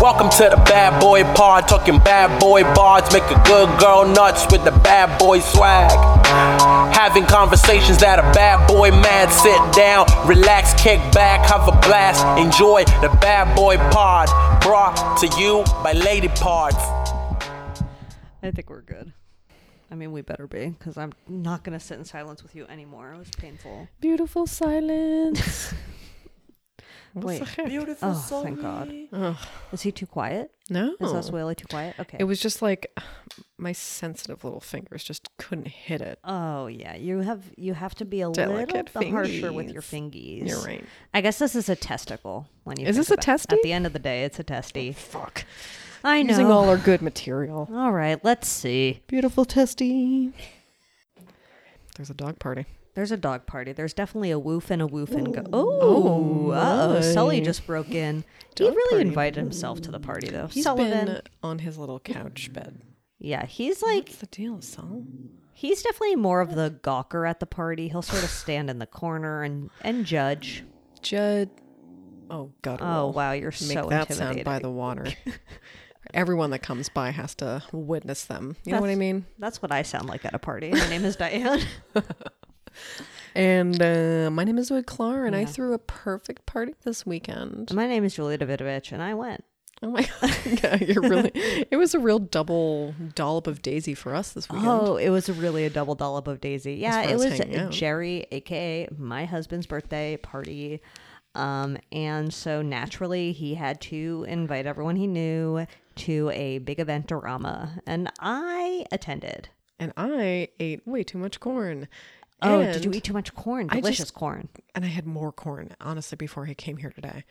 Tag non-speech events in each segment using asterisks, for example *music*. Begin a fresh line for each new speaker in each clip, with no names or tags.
Welcome to the bad boy pod, talking bad boy bars, make a good girl nuts with the bad boy swag. Having conversations that a bad boy mad, sit down, relax, kick back, have a blast, enjoy the bad boy pod, brought to you by Lady Pods.
I think we're good. I mean, we better be because I'm not gonna sit in silence with you anymore. It was painful.
Beautiful *laughs* silence.
Wait,
Beautiful
oh thank God. Is he too quiet?
no.
Is Osweiler too quiet? Okay.
Oh. It was just like *sighs* my sensitive little fingers just couldn't hit it.
oh yeah, you have you have to be a little
Delicate
bit harsher with your fingies.
You're right.
I guess this is a testicle. When you
Is
think
this a
about it.
testy?
At the end of the day, it's a testy.
Fuck.
I know.
Using all our good material.
all right, let's see.
Beautiful testy. There's a dog party.
There's a dog party. There's definitely a woof and a woof and go. Oh, uh-oh. Sully just broke in. He
Dog
really
party.
invited himself to the party though.
He's
Sullivan.
been on his little couch bed.
Yeah, he's like
Mm. What's the deal, Sol?
He's definitely more of the gawker at the party. He'll sort of stand in the corner and and judge.
Judd. Oh God.
Oh
we'll
wow, you're
Make
so
that
intimidating.
sound by the *laughs* water. Everyone that comes by has to witness them. You know what I
That's-
mean?
*laughs* That's what I sound like at a party. My name is
*laughs*
Diane.
And uh, my name is Zoe Clar, and I
Yeah.
threw a perfect party this weekend.
My name is Julia Davidovich, and I went.
Oh my *laughs* god, yeah, you're really. It was a real double dollop of Daisy for us this weekend.
Oh, it was really a double dollop of Daisy. Yeah,
far
it
as
was
hanging out.
Jerry, aka my husband's birthday party. Um, and so naturally he had to invite everyone he knew to a big eventorama, and I attended.
And I ate way too much corn.
Oh,
and,
did you eat too much corn?
I just-
Delicious corn.
And I had more corn, honestly, before I came here today.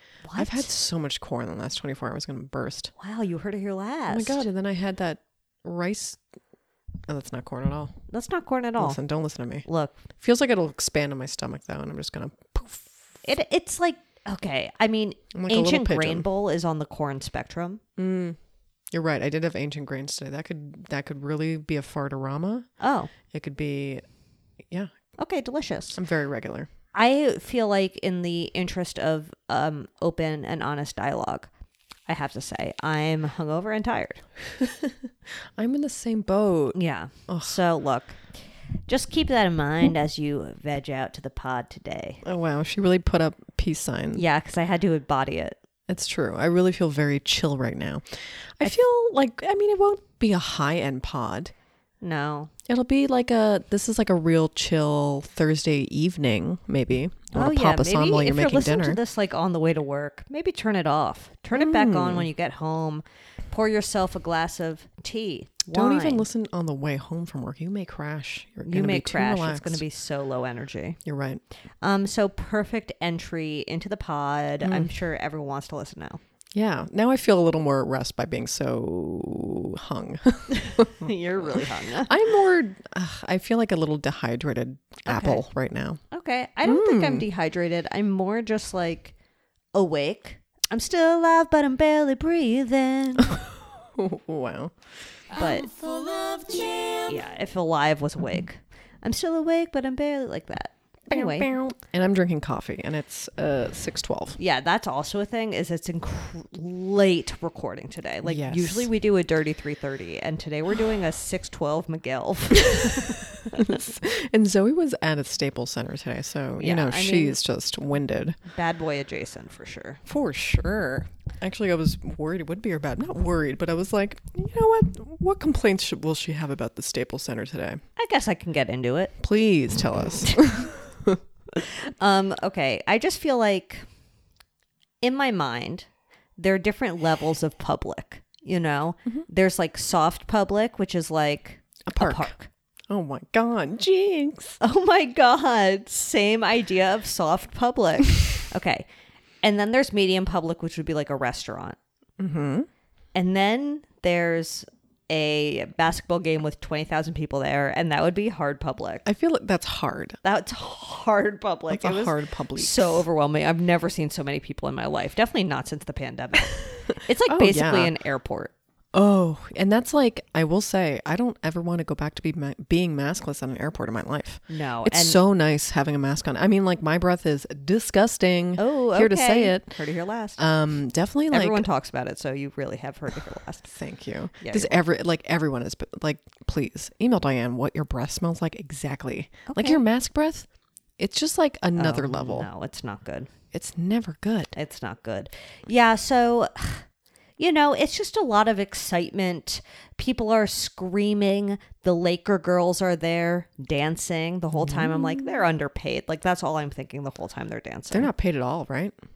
What?
I've had so much corn in the last 24 hours, going to burst.
Wow, you heard it here last.
Oh my god! And then I had that rice. Oh, that's not corn at all.
That's not corn at all.
Listen, don't listen to me.
Look,
Feels like it'll expand in my stomach though, and I'm just gonna poof.
it it's like okay. I mean,
I'm like a little
ancient grain
pigeon.
bowl is on the corn spectrum.
Mm. You're right. I did have ancient grains today. That could that could really be a fartorama.
Oh,
It could be, yeah.
okay, delicious.
I'm very regular.
I feel like in the interest of um open and honest dialogue, I have to say I'm hungover and tired.
I'm in the same boat.
Yeah. So look, just keep that in mind as you veg out to the pod today.
Oh wow, she really put up peace signs.
Yeah, because I had to embody it.
It's true. I really feel very chill right now. I, feel like I mean it won't be a high end pod.
No.
It'll be like a this is like a real chill Thursday evening maybe. I wanna pop a song while
Oh, if
you're
you're
making
listening
dinner.
to this like on the way to work, maybe turn it off. Turn it back
Hmm.
on when you get home. Pour yourself a glass of tea.
Don't even
wine.
listen on the way home from work. You may crash. You're
You
gonna
may
be too
crash. It's going to
relaxed.
be so low energy.
You're right.
Um, so perfect entry into the pod.
Hmm.
I'm sure everyone wants to listen
*laughs*
now. *laughs*
Yeah. Now I feel a little more at rest by being so hung. *laughs*
You're really hung.
I'm more. ugh, I feel like a little dehydrated apple right now.
okay, I don't think
Hmm.
I'm dehydrated. I'm more just like awake. I'm still alive, but I'm barely breathing.
*laughs* wow.
but yeah, if alive was awake, I'm still awake, but I'm barely like that. Anyway,
And I'm drinking coffee, and it's uh six twelve.
yeah, that's also a thing. Is it's inc- late recording today? Like
Yes.
usually we do a dirty three thirty, and today we're doing a six twelve McGill.
And Zoe was at a Staples Center today, so you
Yeah,
know
I mean-
she's just winded
*laughs* Bad boy adjacent for sure.
for sure. Actually, I was worried it would be her bad. Not worried, but I was like, you know what? What complaints should, will she have about the Staples Center today?
I guess I can get into it.
Please tell *laughs* us.
Um, okay, I just feel like in my mind there are different levels of public. You know, there's like soft public, which is like
A park.
A park.
oh my God, jinx!
*laughs* Oh my God. Same idea of soft
*laughs*
public. okay. And then there's medium public, which would be like a restaurant. Mm-hmm. And then there's a basketball game with 20,000 people there, and that would be hard public.
I feel like that's hard.
That's hard public.
That's a
It was
hard public.
So overwhelming. I've
*laughs*
never seen so many people in my life. Definitely not since the pandemic. it's like
Oh,
basically
yeah.
an airport.
Oh, and that's like I will say I don't ever want to go back to be ma- being maskless at an airport in my life.
No,
it's
and-
so nice having a mask on. I mean, like my breath is disgusting.
Oh,
here to say
okay.
it.
Heard it here last.
Um, definitely like
Everyone talks about it, so you really have heard it here last.
Thank you.
Yeah,
Because every like everyone is like, please email Diane what your breath smells like exactly. Like
Okay.
your mask breath, it's just like another
Oh,
level.
No, it's not good.
It's never good.
It's not good. Yeah, so you know, it's just a lot of excitement. People are screaming. The Laker girls are there dancing the whole time. I'm like, they're underpaid. Like that's all I'm thinking the whole time they're dancing.
Mm. They're not paid at all, right?
Mm-hmm.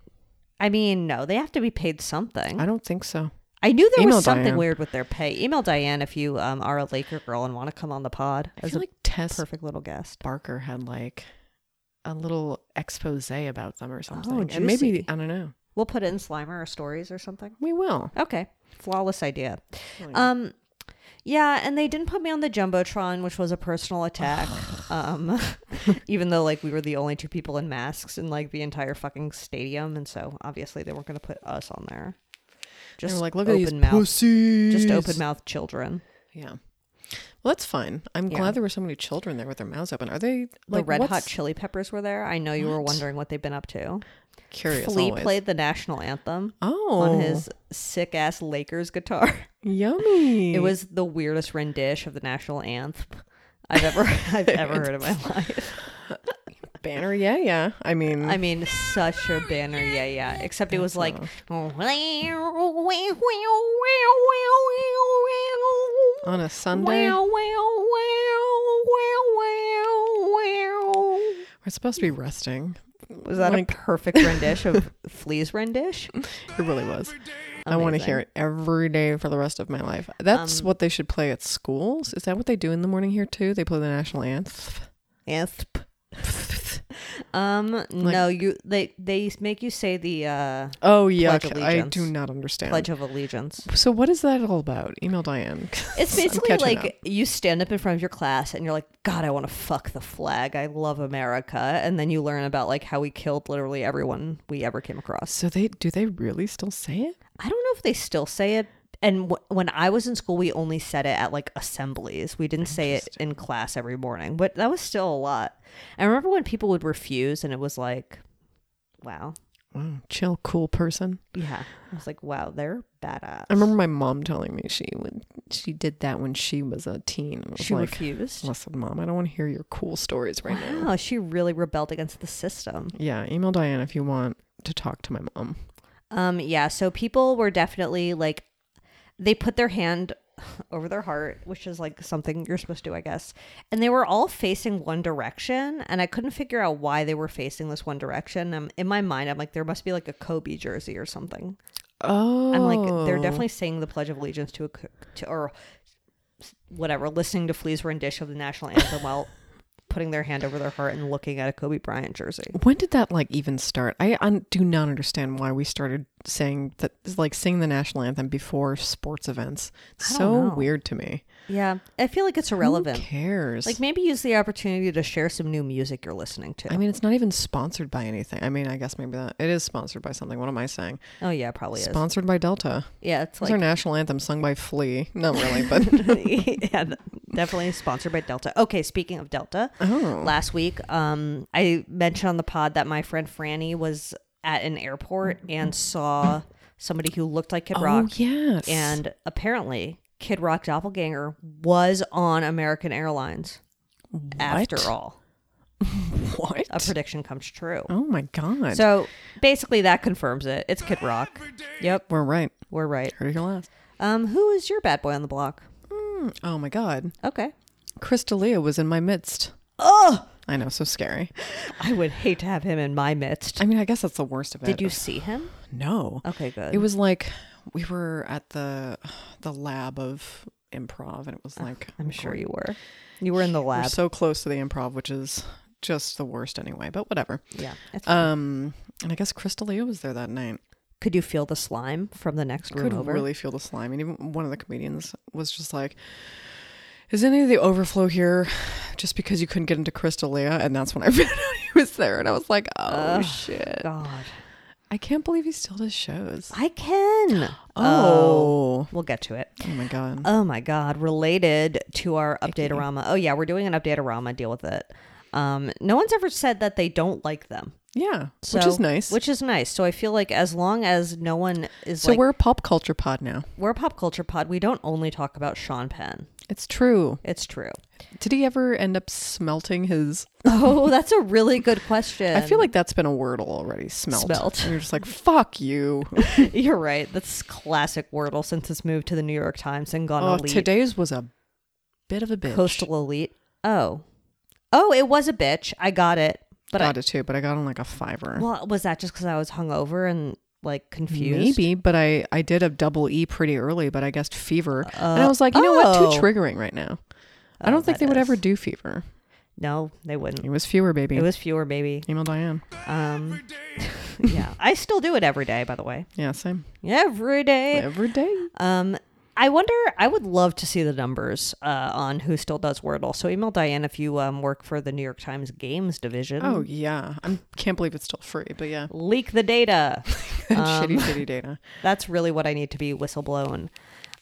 I mean, no, they have to be paid something.
I don't think so.
I knew there
Email
was something
Diane.
weird with their pay. Email Diane if you um, are a Laker girl and want to come on the pod
I
as
feel
a
like Tess
perfect little guest.
Barker had like a little expose about them or something.
Oh,
and maybe
juicy.
I don't know.
We'll put it in Slimer or Stories or something.
We will.
Okay. Flawless idea. Um yeah, and they didn't put me on the jumbotron, which was a personal
*sighs*
attack. um *laughs* even though like we were the only two people in masks in like the entire fucking stadium and so obviously they weren't going to put us on there.
Just
Just
like look at
open
these
mouth.
pussies.
Just open mouth children.
Yeah. Well, that's fine. I'm
Yeah.
glad there were so many children there with their mouths open. Are they like
the Red Hot
what's-
Chili Peppers were there. I know you were
What?
wondering what they've been up to.
Curious.
Flea
always.
played the national anthem
oh
on his sick ass Lakers guitar. *laughs*
Yummy.
It was the weirdest rendition of the national anthem I've ever *laughs* I've ever heard *laughs* in my life.
banner. Yeah, yeah. I mean,
I mean, such a banner, yeah, yeah. Except it was like, "Oh,
on a Sunday, we're supposed to be resting.
was that
Like-
a perfect rendition of *laughs* Flea's rendition?
It really was. I want to hear it every day for the rest of my life. That's
Um,
what they should play at schools. Is that what they do in the morning here too? They play the national anthem.
Asp. Um, no, you they they make you say the uh,
Oh
Pledge
yuck! I do
allegiance.
not understand.
Pledge of Allegiance.
So what is that all about? Email Diane.
It's
I'm
basically
catching
like
up.
you stand up in front of your class and you're like, God, I want to fuck the flag. I love America. And then you learn about like how we killed literally everyone we ever came across.
So they do they really still say it?
I don't know if they still say it. And w- when I was in school, we only said it at like assemblies. We didn't say it in class every morning, but that was still a lot. I remember when people would refuse and it was like, wow.
Wow, chill, cool person.
Yeah. I was like, wow, they're badass.
I remember my mom telling me she would she did that when she was a teen. I was
she
like,
refused.
listen, mom, I don't want to hear your cool stories right now.
Wow, she really rebelled against the system.
Yeah, email Diane if you want to talk to my mom.
Um, yeah, so people were definitely like they put their hand *sighs* over their heart, which is like something you're supposed to do, I guess. And they were all facing one direction, and I couldn't figure out why they were facing this one direction. Um, in my mind, I'm like, there must be like a Kobe jersey or something.
Oh,
I'm like, they're definitely saying the Pledge of Allegiance to a co- to or whatever, listening to Flea's rendition of the national anthem while putting their hand over their heart and looking at a Kobe Bryant jersey.
When did that like even start? I, I do not understand why we started saying that like singing the national anthem before sports events.
don't
So
know.
weird to me.
Yeah, I feel like it's
Who
irrelevant.
cares?
Like maybe use the opportunity to share some new music you're listening to.
I mean, it's not even sponsored by anything. I mean, I guess maybe that it is sponsored by something. What am I saying?
oh yeah, it probably is.
Sponsored by Delta.
Yeah, it's
It's our
like
national anthem sung by Flea.
*laughs*
Not really, but
yeah, definitely sponsored by Delta. Okay, speaking of Delta,
oh,
last week um I mentioned on the pod that my friend Franny was at an airport and saw somebody who looked like Kid Rock
*laughs* oh yes,
and apparently Kid Rock doppelganger was on American Airlines after
What?
all.
what?
A prediction comes true.
oh my god.
So basically that confirms it. It's Kid Rock. Yep,
We're right.
we're right.
Heard it here last.
Um, who is your bad boy on the block?
Oh my god.
Okay.
Chris D'Elia was in my midst.
Oh,
I know, so scary.
I would hate to have him in my midst.
I mean, I guess that's the worst of it.
Did you see him?
No.
Okay, good.
It was like we were at the the lab of improv, and it was like
I'm sure you were. You were in the
we're
lab.
so close to the improv, which is just the worst anyway. But whatever.
yeah. That's-
Um, and I guess Chris D'Elia was there that night.
could you feel the slime from the next room
could
over?
really feel the slime. And even one of the comedians was just like, "Is any of the overflow here just because you couldn't get into Crystalia?" And that's when I *laughs* found out he was there, and I was like, "Oh shit!
God,
I can't believe he still does shows."
I can. one.
*gasps* Oh.
We'll get to it.
Oh my god.
Oh my God. Related to our update rama. Oh, yeah. We're doing an update rama. Deal with it. Um, no one's ever said that they don't like them.
yeah.
So,
which is nice.
Which is nice. So I feel like as long as no one is
so
like,
we're a pop culture pod now.
we're a pop culture pod, we don't only talk about Sean Penn.
It's true.
It's true. *laughs*
Did he ever end up smelting his
Oh, that's a really good question.
I feel like that's been a wordle already. Smelt.
Smelt.
And you're just like,
*laughs*
fuck you.
*laughs* You're right. That's classic Wordle since it's moved to the New York Times and gone
oh,
elite.
today's was a bit of a bitch.
Coastal elite. Oh. Oh, it was a bitch. I got it. But I,
got it too, but I got on like a fiver.
well, was that just because I was hungover and like confused?
Maybe, but I I did a double E pretty early, but I guessed fever, and I was like, you know what,
oh.
too triggering right now. I don't think they would ever do fever.
No, they wouldn't.
It was fewer, baby.
It was fewer, maybe.
Email Diane.
Um, yeah, I still do it every day. By the way,
Yeah, same.
every day.
Every day.
Um, I wonder. I would love to see the numbers uh, on who still does Wordle. So email Diane if you um, work for the New York Times Games Division.
Oh yeah, I can't believe it's still free, but yeah, *laughs*
leak the data. *laughs*
shitty, shitty data.
That's really what I need to be whistleblown.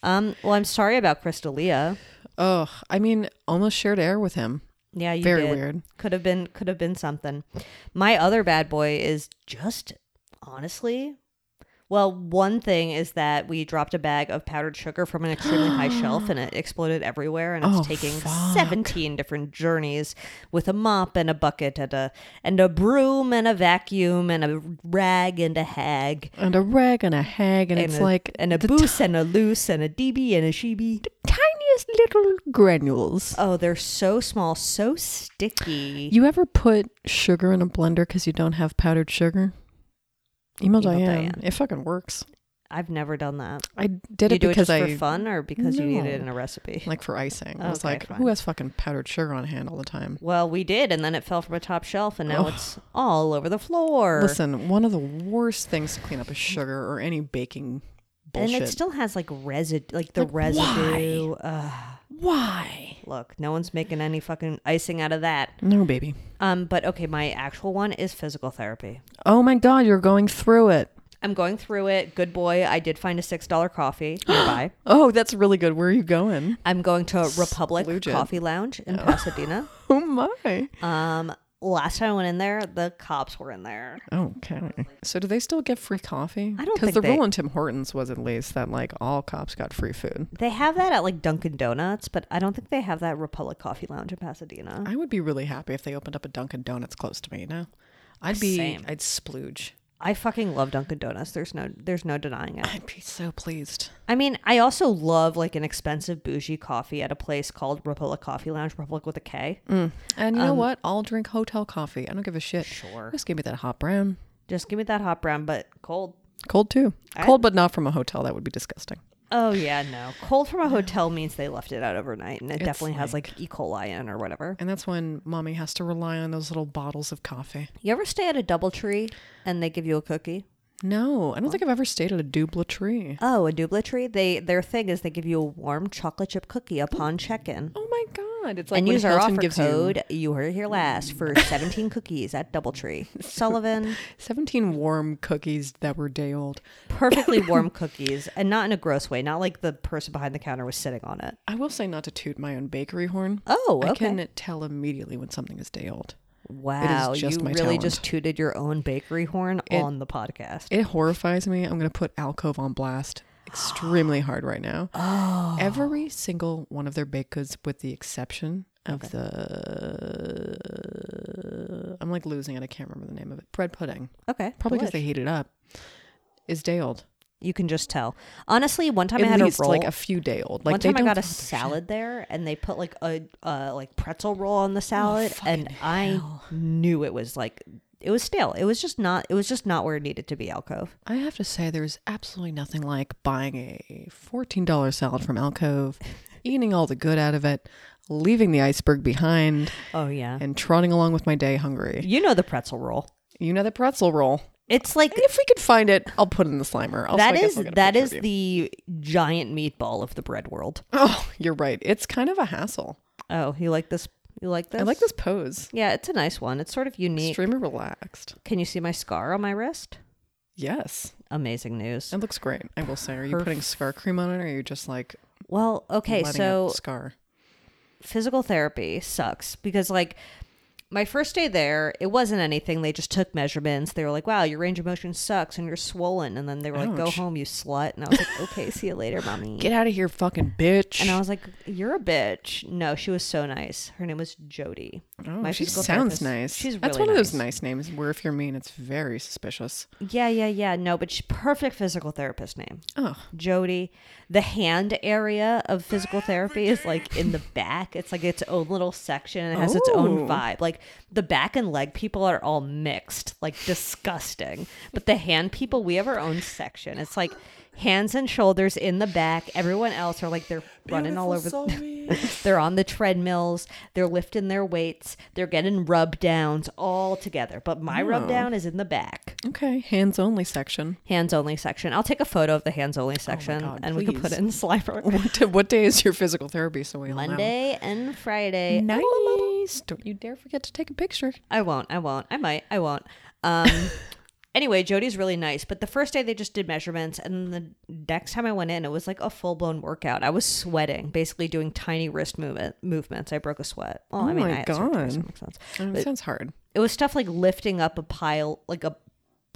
Um, well, I'm sorry about Crystalia.
Oh, I mean, almost shared air with him.
Yeah, you
Very
did.
weird.
Could have been could have been something. My other bad boy is just honestly. Well, one thing is that we dropped a bag of powdered sugar from an extremely
*gasps*
high shelf and it exploded everywhere and it's
Oh,
taking
fuck.
17 different journeys with a mop and a bucket and a and a broom and a vacuum and a rag and a hag
And a rag and a hag, and,
and
it's
a,
like
and a
the
boose and a loose and a db and a
*laughs*
sheebie.
tiniest little granules.
Oh, they're so small, so sticky.
You ever put sugar in a blender because you don't have powdered sugar? Email,
Email
Diane.
Diane.
It fucking works.
I've never done that.
I did
you
it
do
because
it just
I
for fun or because you need
No.
it in a recipe?
like for icing. I was
Okay,
like,
fine.
who has fucking powdered sugar on hand all the time?
Well, we did, and then it fell from a top shelf, and now it's all over the floor.
Oh. Listen, one of the worst things to clean up is sugar or any baking
and
bullshit.
it still has like resid, like the
Like,
residue. Ugh,
Why?
look, no one's making any fucking icing out of that.
No, baby.
Um, but okay, my actual one is physical therapy.
Oh my god, you're going through it.
I'm going through it. Good boy. I did find a six dollar
*gasps*
coffee nearby.
Oh, that's really good. Where are you going?
I'm going to Republic
Splooged.
Coffee Lounge in Pasadena.
*laughs* Oh my.
Um, last time I went in there, the cops were in there.
Okay. So do they still get free coffee?
I don't think
Because the
they-
rule in Tim Hortons was at least that like all cops got free food.
They have that at like Dunkin' Donuts, but I don't think they have that Republic Coffee Lounge in Pasadena.
I would be really happy if they opened up a Dunkin' Donuts close to me. You know, I'd be,
Same.
I'd splooge.
I fucking love Dunkin' Donuts. There's no, there's no denying it.
I'd be so pleased.
I mean, I also love like an expensive bougie coffee at a place called Republic Coffee Lounge, Republic with a K.
And you know what? I'll drink hotel coffee. I don't give a shit. Sure. Just give me that hot brown.
Just give me that hot brown, but cold.
Cold too. Cold, but not from a hotel. That would be disgusting.
Oh yeah, no. Cold from a hotel means they left it out overnight, and it definitely has like E. coli in or whatever.
And that's when mommy has to rely on those little bottles of coffee.
You ever stay at a DoubleTree and they give you a cookie?
No, I don't think I've ever stayed at a doubletree.
Oh, a doubletree. They their thing is they give you a warm chocolate chip cookie upon check-in.
Oh my god! It's like
and
when
use our
Hilton
offer
gives
code. You... heard it here last *laughs* for 17 cookies at DoubleTree. Sullivan,
you seventeen warm cookies that were day old.
*laughs* perfectly warm cookies, and not in a gross way. Not like the person behind the counter was sitting on it.
I will say not to toot my own bakery horn.
Oh,
I
okay.
can tell immediately when something is day old.
Wow,
just
you
my
really
talent.
just tooted your own bakery horn on the podcast.
It horrifies me. I'm going to put Alcove on blast extremely hard right now.
Oh.
Every single one of their baked goods, with the exception of the. I'm like losing it. I can't remember the name of it. Bread pudding.
okay,
Probably because
delish.
they heat it up. Is day old.
you can just tell. Honestly, one time I
At
had
least
a roll.
like a few day old. Like
one
they
time I
don't
got a
throw their shit.
salad there, and they put like a uh, like pretzel roll on the salad, and I knew it was like it was stale. It was just not. It was just not where it needed to be. Alcove.
I have to say, there's absolutely nothing like buying a $14 salad from Alcove,
*laughs*
eating all the good out of it, leaving the iceberg behind,
Oh yeah.
and trotting along with my day hungry.
You know the pretzel roll.
You know the pretzel roll.
It's like
If we could find it, I'll put it in the slimer. Also,
that
I guess
is
I'll get a
that
picture
is
of you.
the giant meatball of the bread world.
Oh, you're right. It's kind of a hassle.
Oh, you like this? You like this?
I like this pose.
Yeah, it's a nice one. It's sort of unique.
Extremely relaxed.
Can you see my scar on my wrist?
Yes.
Amazing news.
It looks great, I will say. Are you putting scar cream on it or are you just like
Well, okay,
letting
so
it scar?
physical therapy sucks because like my first day there, it wasn't anything. They just took measurements. They were like, "Wow, your range of motion sucks, and you're swollen." And then they were like, "Go
Ouch.
home, you slut." And I was like, "Okay, see you later, mommy."
Get out of here, fucking bitch.
and I was like, "You're a bitch." No, she was so nice. Her name was Jody.
Oh, she
physical
sounds
therapist-
nice.
She's really
That's one of those nice names where if you're mean, it's very suspicious.
Yeah, yeah, yeah. No, but she's perfect physical therapist name.
Oh,
Jody. The hand area of physical therapy is like in the back. It's like its own little section and it has its
Oh.
own vibe. Like the back and leg people are all mixed, like disgusting. But the hand people, we have our own section. It's like hands and shoulders in the back. Everyone else are like they're running all over.
Beautiful Zoe.
*laughs* they're on the treadmills. They're lifting their weights. They're getting rub downs all together. But my rub down is in the back
okay. Hands only section. *laughs*
hands only section. I'll take a photo of the hands only section
Oh God,
and we can put
please.
it in
*laughs*
Slimer.
What, d- what day is your physical therapy? So we all know?
Monday and
Mm.
Friday.
Nice. Don't you dare forget to take a picture.
I won't. I won't. I might. I won't.
*laughs*
Um anyway, Jody's really nice, but the first day they just did measurements and the next time I went in it was like a full-blown workout. I was sweating, basically doing tiny wrist movement movements. I broke a sweat. Well, I
Oh
mean,
my
I had surgery, so
God.
it makes sense.
Oh, it sounds hard.
it was stuff like lifting up a pile like a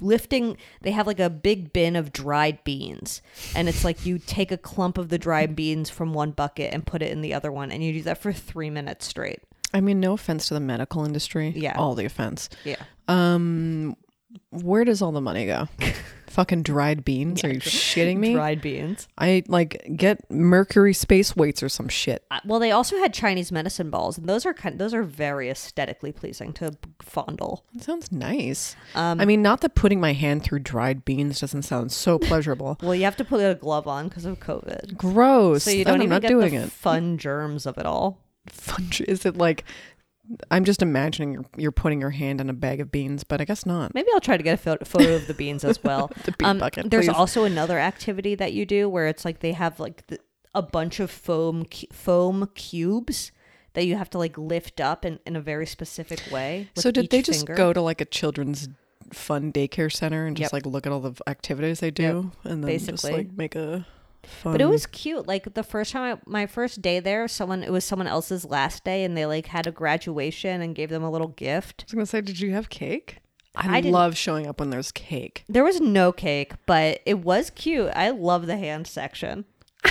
lifting they have like a big bin of dried beans and it's like you take a clump of the dried beans from one bucket and put it in the other one and you do that for three minutes straight
I mean, no offense to the medical industry.
Yeah.
All the offense.
yeah
Um, where does all the
*laughs*
money go? Fucking dried beans? Are you shitting me?
dried beans
I like get mercury space weights or some shit.
Uh, well they also had chinese medicine balls and those are kind those are very aesthetically pleasing to fondle
That sounds nice.
Um,
I mean, not that putting my hand through dried beans doesn't sound so pleasurable.
well you have to put a glove on because of covid
Gross.
so you
I'm
don't even
not
get
doing
the
it.
fun germs of it all
Fudge. *laughs* Is it like? I'm just imagining you're, you're putting your hand in a bag of beans, but I guess not.
Maybe I'll try to get a photo, photo of the beans as well.
The bean bucket,
um, There's
please.
also another activity that you do where it's like they have like the, a bunch of foam cu- foam cubes that you have to like lift up in, in a very specific way. with
So did
each
they just
finger.
go to like a children's fun daycare center and
Yep.
just like look at all the v- activities they do and then just
Basically.
like make a fun?
But it was cute. Like the first time, I, my first day there, someone it was someone else's last day, and they like had a graduation and gave them a little gift.
I was gonna say, did you have cake? I,
I didn't-
love showing up when there's cake.
There was no cake, but it was cute. I love the hand section.
*laughs*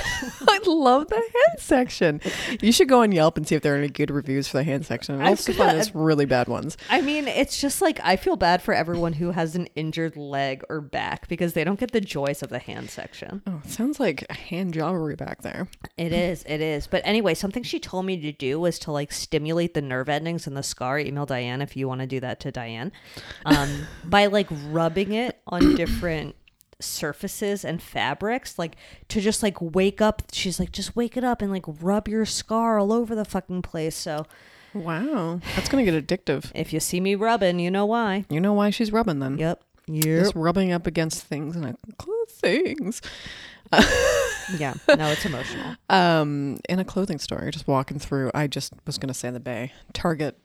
I love the hand section. You should go on Yelp and see if there are any good reviews for the hand section. And
I'm
also find
gonna-
those really bad ones.
I mean, it's just like I feel bad for everyone who has an injured leg or back because they don't get the joys of the hand section.
Oh, it sounds like a hand jobbery back there.
It is, it is. But anyway, something she told me to do was to like stimulate the nerve endings in the scar. Email Diane if you want to do that to Diane *laughs* um, by like rubbing it on different surfaces and fabrics, like to just like wake up. She's like, just wake it up and like rub your scar all over the fucking place. So
Wow, that's gonna get addictive.
if you see me rubbing, you know why.
You know why she's rubbing then?
Yep.
Just rubbing up against things and a cl- things.
Yeah. *laughs* No, it's emotional.
um in a clothing store just walking through i just was gonna say the bay target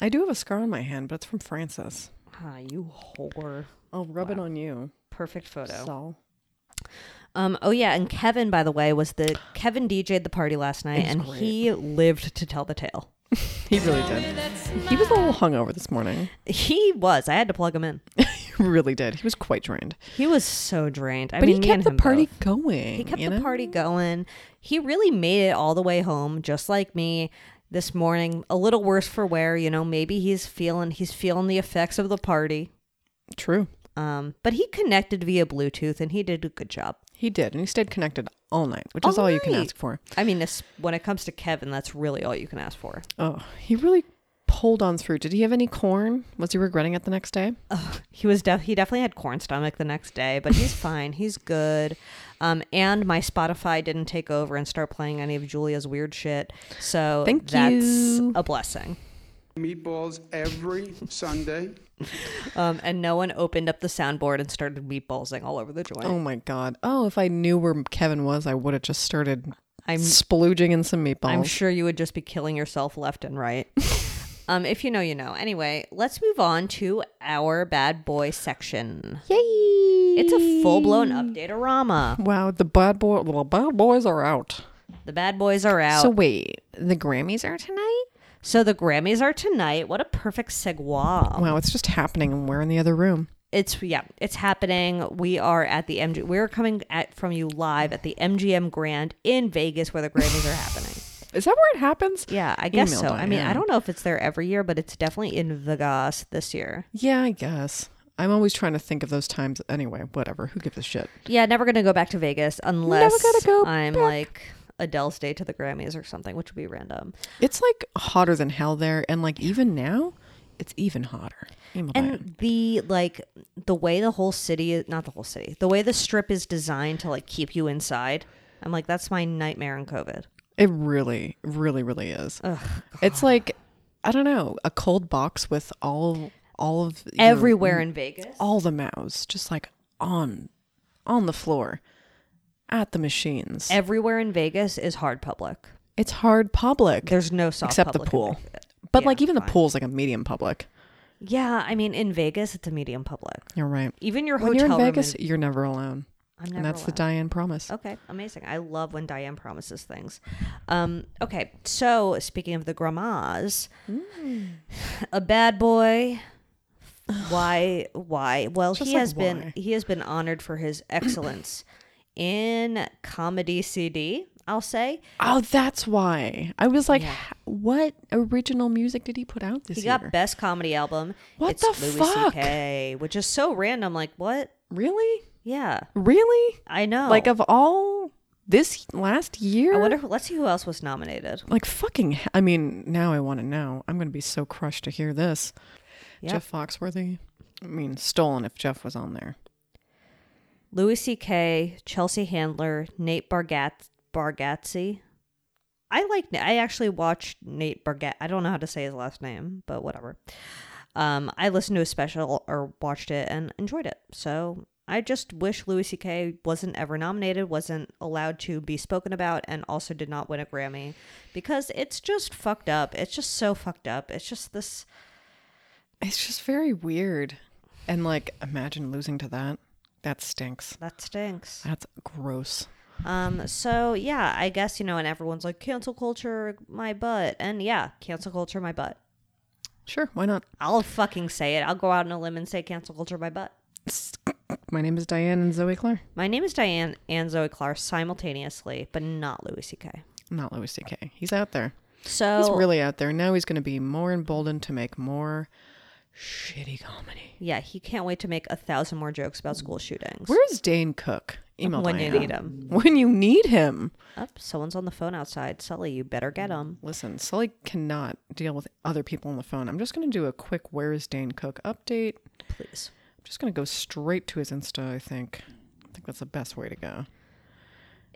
i do have a scar on my hand but it's from francis
Ah, you whore.
i'll rub it on you
Perfect photo.
so
Um. Oh yeah, and Kevin, by the way, was the Kevin DJ'd the party last night,
was
and
great.
he lived to tell the tale.
he really did he was a little hungover this morning *laughs*
He was. I had to plug him in.
he really did he was quite drained
He was so drained. I
but
mean,
he
me
kept
and
the
him
party
both.
going
He kept
you
the
know?
party going. He really made it all the way home, just like me this morning. A little worse for wear, you know. Maybe he's feeling he's feeling the effects of the party.
true
Um, but he connected via Bluetooth, and he did a good job.
he did and he stayed connected all night which is
All
all you can
night.
ask for
I mean, this, when it comes to Kevin, that's really all you can ask for.
oh he really pulled on through did he have any corn was he regretting it the next day
He was def- he definitely had corn stomach the next day, but
*laughs*
he's fine. He's good. Um, and my Spotify didn't take over and start playing any of Julia's weird shit. So
Thank
that's
you.
a blessing.
meatballs every Sunday.
Um, and no one opened up the soundboard and started meatballsing all over the joint.
oh my god oh if i knew where kevin was i would have just started
I'm
splooging in some meatballs *laughs*
I'm sure you would just be killing yourself left and right. Um, if you know, you know. Anyway, let's move on to our bad boy section.
Yay!
It's a full blown update-orama.
Wow, the bad boy, well, bad boys are out.
The bad boys are out.
So
So,
wait, the Grammys are tonight?
the Grammys are tonight. What a perfect segue.
Wow, it's just happening, and we're in the other room.
It's yeah, it's happening. We are at the MG. We're coming at from you live at the MGM Grand in Vegas, where the Grammys are
*laughs*
happening.
Is that where it happens?
Yeah, I guess
Email
so. I mean, I
Diane.
don't know if it's there every year, but it's definitely in Vegas this year.
Yeah, I guess. I'm always trying to think of those times. Anyway, whatever. Who gives a shit?
Yeah, never gonna go back to Vegas unless
gotta go
I'm
back.
like Adele's day to the Grammys or something, which would be random.
It's like hotter than hell there, and like even now, it's even hotter. Email Diane.
And the like the way the whole city not the whole city, the way the strip is designed to like keep you inside. I'm like, that's my nightmare in COVID.
It really, really, really is. it's like I don't know, a cold box with all all of your-
Everywhere in Vegas.
mm-hmm. all the mouths just like on on the floor at the machines.
Everywhere in Vegas is hard public.
it's hard public
There's no soft
except the
public in
pool.
Vegas.
But
Yeah,
like even the
fine.
pool's like a medium public.
Yeah, I mean in Vegas it's a medium public.
You're right.
Even your
When
hotel
you're in
room
Vegas,
in-
you're never alone.
I'm never
and that's the
allowed.
Diane promise.
Okay, amazing. I love when Diane promises things. Um, okay, so speaking of the grandmas,
Mm.
a bad boy. Why? Why? Well,
Just
he
like
has been
why?
he has been honored for his excellence in comedy CD. I'll say
Oh, that's why. I was like, "H- what original music did he put out this
he
year?
got best comedy album.
What
it's
the
Louis
fuck?
CK, which is so random. Like what?
really?
Yeah,
Really?
I know.
Like of all this last year?
I wonder. Who, let's see who else was nominated.
like fucking he- I mean, now I want to know. I'm going to be so crushed to hear this.
Yeah.
Jeff Foxworthy. I mean, stolen if Jeff was on there.
Louis C.K., Chelsea Handler, Nate Bargat- Bargatze. I like. Na- I actually watched Nate Bargat. I don't know how to say his last name, but whatever. Um, I listened to a special or watched it and enjoyed it. So I just wish Louis C.K. wasn't ever nominated, wasn't allowed to be spoken about, and also did not win a Grammy because it's just fucked up. It's just so fucked up. It's just this.
It's just very weird. And like imagine losing to that. That stinks.
That stinks.
That's gross.
Um, so yeah, I guess, you know, and everyone's like, cancel culture, my butt. And yeah, cancel culture, my butt.
Sure, why not?
I'll fucking say it. I'll go out on a limb and say cancel culture, my butt.
*coughs* My name is Diane and Zoe Clark.
My name is Diane and Zoe Clark simultaneously, but not Louis C.K.
Not Louis C.K. He's out there. He's
So
really out there. Now he's going to be more emboldened to make more shitty comedy.
yeah, he can't wait to make a thousand more jokes about school shootings.
Where's Dane Cook? Email
when you
Diana.
need him.
When you need him.
Up, someone's on the phone outside. Sully, you better get him.
Listen, Sully cannot deal with other people on the phone. I'm just going to do a quick Where is Dane Cook update.
Please.
I'm just going to go straight to his Insta, I think. I think that's the best way to go.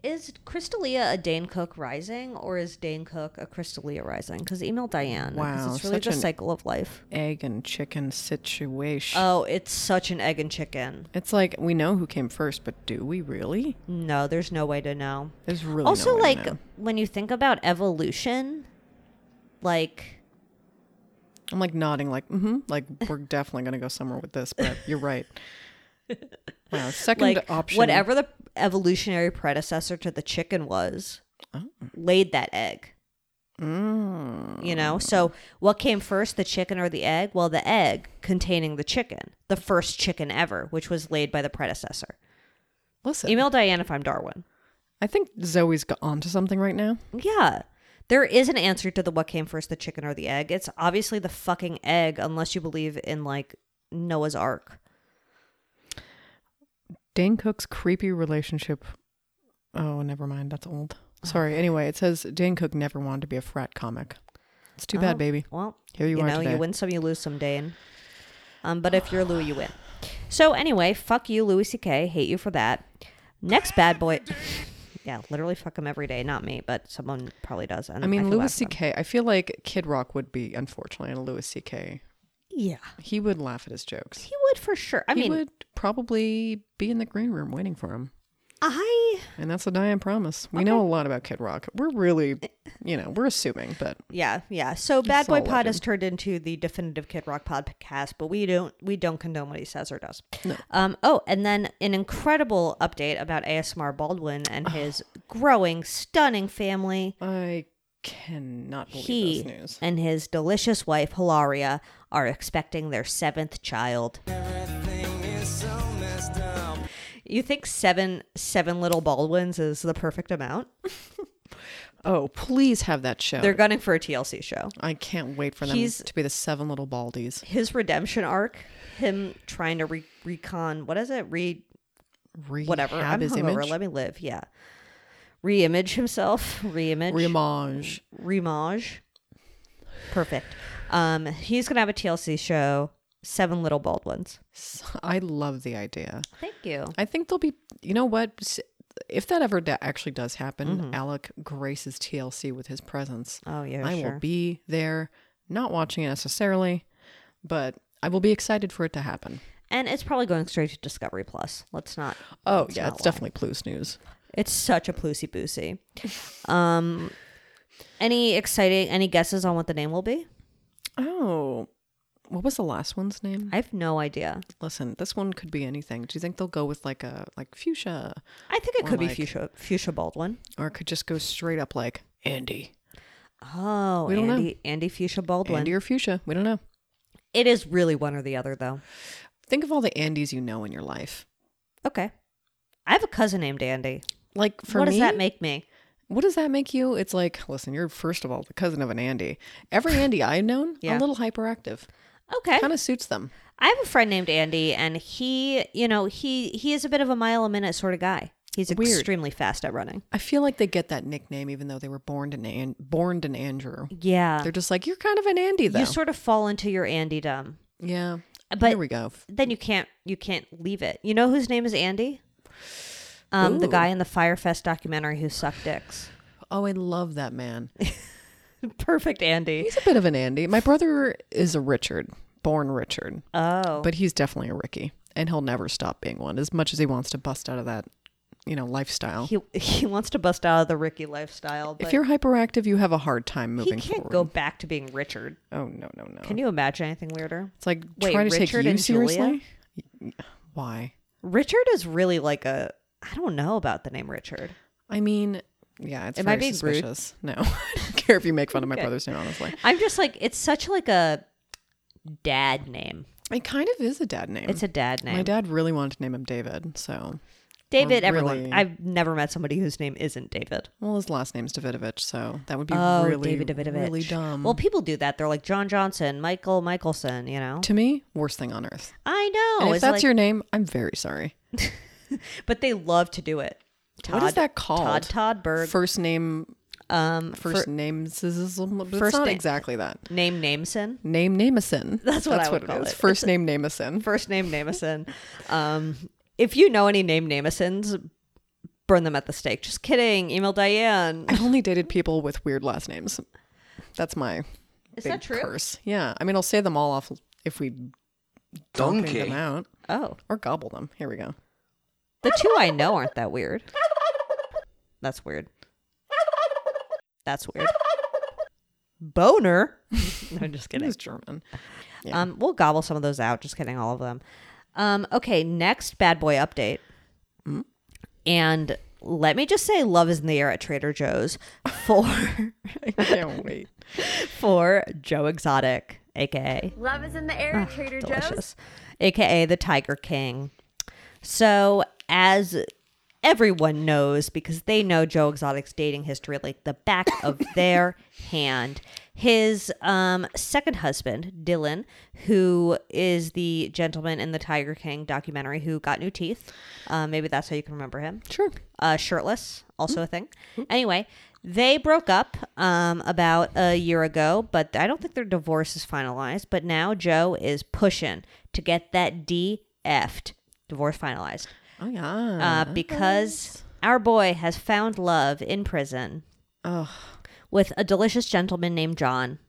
Is Crystalia a Dane Cook rising or is Dane Cook a Crystalia rising? Because email Diane. Because
Wow,
it's really
such
the
an-
cycle of life.
Egg and chicken situation.
Oh, it's such an egg and chicken.
it's like we know who came first, but do we really?
No, there's no way to know.
There's really no
also,
way to
like
know.
when you think about evolution, like
I'm like nodding, like mm-hmm, like we're definitely going to go somewhere with this, but you're
*laughs*
right. Wow, second
like
option.
whatever the evolutionary predecessor to the chicken was,
Oh.
laid that egg.
Mm.
You know, so what came first, the chicken or the egg? Well, the egg containing the chicken, the first chicken ever, which was laid by the predecessor.
Listen,
Email Diane if I'm Darwin.
I think Zoe's got onto something right now.
Yeah. There is an answer to the what came first, the chicken or the egg. It's obviously the fucking egg, unless you believe in like Noah's Ark.
Dane Cook's creepy relationship. Oh, never mind. That's old.
Oh.
Sorry. Anyway, it says Dane Cook never wanted to be a frat comic. It's too bad,
Oh,
baby.
Well,
Here you are
know,
today.
you win some, you lose some, Dane. Um, but if you're Louis, you win. So anyway, fuck you, Louis C.K. Hate you for that. Next bad boy. Yeah, literally fuck him every day. Not me, but someone probably does. And
I mean,
can
Louis
laugh at them.
C.K. I feel like Kid Rock would be, unfortunately, a Louis C.K.
Yeah,
He would laugh at his jokes.
he would for sure. I
he
mean,
would probably be in the green room waiting for him.
I
And that's a Diane promise. We know a lot about Kid Rock. We're really you know, we're assuming, but
Yeah, yeah. So Bad Boy
all
Pod
legend.
has turned into the definitive Kid Rock podcast, but we don't we don't condone what he says or does. No. Um. Oh, and then an incredible update about ASMR Baldwin and his growing, stunning family.
I cannot believe
He
this news.
and his delicious wife Hilaria are expecting their seventh child. You think seven seven little Baldwins is the perfect amount?
Oh, please have that show.
They're gunning for a TLC show.
I can't wait for them
He's-
to be the seven little baldies.
his redemption arc, him trying to re- recon what is it? Re
Rehab
whatever. I'm
his
hungover.
image.
Let me live. Yeah. Reimage himself. *laughs* Reimage.
Reimage.
Remage. Perfect. Um, he's gonna have a TLC show. Seven little bald ones.
I love the idea.
Thank you.
I think they'll be. You know what? S- If that ever da- actually does happen, Alec graces TLC with his presence.
Oh Mm-hmm. yeah,
I
sure.
will be there, not watching it necessarily, but I will be excited for it to happen.
and it's probably going straight to Discovery Plus. Let's not.
Oh
let's
yeah,
not
it's
lie.
definitely Blues news.
It's such a ploosy boosy.
*laughs*
Um, any exciting? Any guesses on what the name will be?
Oh, what was the last one's name?
I have no idea.
Listen, this one could be anything. Do you think they'll go with like a like fuchsia,
I think it
Or
could be
like-
Fuchsia, Fuchsia Baldwin.
or it could just go straight up like Andy,
Oh,
We don't know.
Andy, Andy Fuchsia Baldwin.
Andy or fuchsia? We don't know.
it is really one or the other, though.
Think of all the Andys you know in your life.
Okay. I have a cousin named Andy.
Like for
what
me,
does that make me?
What does that make you? It's like, listen, you're first of all the cousin of an Andy.
*laughs*
Every Andy I've known,
Yeah.
a little hyperactive.
Okay.
Kind of suits them.
I have a friend named Andy, and he, you know, he he is a bit of a mile a minute sort of guy. He's
Weird.
extremely fast at running.
I feel like they get that nickname even though they were born an An- born an Andrew.
Yeah.
They're just like, you're kind of an Andy though.
You sort of fall into your Andy dumb.
yeah.
But-
here we go.
Then you can't you can't leave it. You know whose name is Andy? Um, the
Ooh.
guy in the Firefest documentary who sucked dicks.
*laughs* Oh, I love that man.
Perfect Andy.
He's a bit of an Andy. My brother is a Richard, born Richard,
Oh.
but he's definitely a Ricky, and he'll never stop being one as much as he wants to bust out of that, you know, lifestyle.
he he wants to bust out of the Ricky lifestyle, but
if you're hyperactive, you have a hard time
he
moving
can't
forward.
go back to being Richard.
oh no, no, no.
Can you imagine anything weirder?
It's like
Wait,
trying to
Richard
take you
and Julia?
seriously. Y- Why?
Richard is really like a I don't know about the name Richard.
I mean, yeah, it's
Am I
very
being rude?
suspicious. No, *laughs* I don't care if you make fun of my brother's name. Honestly,
I'm just like it's such like a dad name.
it kind of is a dad name.
It's a dad name.
my dad really wanted to name him David, so
David
Or
everyone.
really-
I've never met somebody whose name isn't David.
well, his last name's Davidovich, so that would be
Oh,
really,
David Davidovich.
really dumb.
Well, people do that. They're like John Johnson, Michael Michelson, you know.
to me, worst thing on earth.
I know.
and if
it's
that's
Oh, like-
your name, I'm very sorry.
but they love to do it.
what is that called?
Todd Todd Berg.
First name,
um
first names is it's
First
not
na-
exactly that.
name Nameson.
Name Nameson.
*laughs* That's what I would
it
call
is.
it.
First name Nameson.
first name Nameson. Um, if you know any name Namesons, burn them at the stake. Just kidding. Email Diane.
I've only dated people with weird last names. That's my
Is
big
that true?
curse. Yeah, I mean, I'll say them all off if we donkey them out
Oh,
or gobble them. Here we go.
the two I know aren't that weird. That's weird. That's weird. Boner. *laughs* No, I'm just
It
kidding. *laughs*
is German.
Um, we'll gobble some of those out. Just kidding, all of them. Um, okay, next bad boy update. Hmm? And let me just say, love is in the air at Trader Joe's for
I can't wait.
for Joe Exotic, aka
Love is in the air, at Trader Joe's.
delicious, aka the Tiger King. So, as everyone knows, because they know Joe Exotic's dating history like the back of their hand, his um, second husband, Dylan, who is the gentleman in the Tiger King documentary who got new teeth, uh, maybe that's how you can remember him
Sure.
uh, shirtless, also a thing.
Mm-hmm.
Anyway, they broke up um, about a year ago, but I don't think their divorce is finalized. But now Joe is pushing to get that DF'd divorce finalized
Oh yeah.
uh, because our boy has found love in prison
oh,
with a delicious gentleman named John.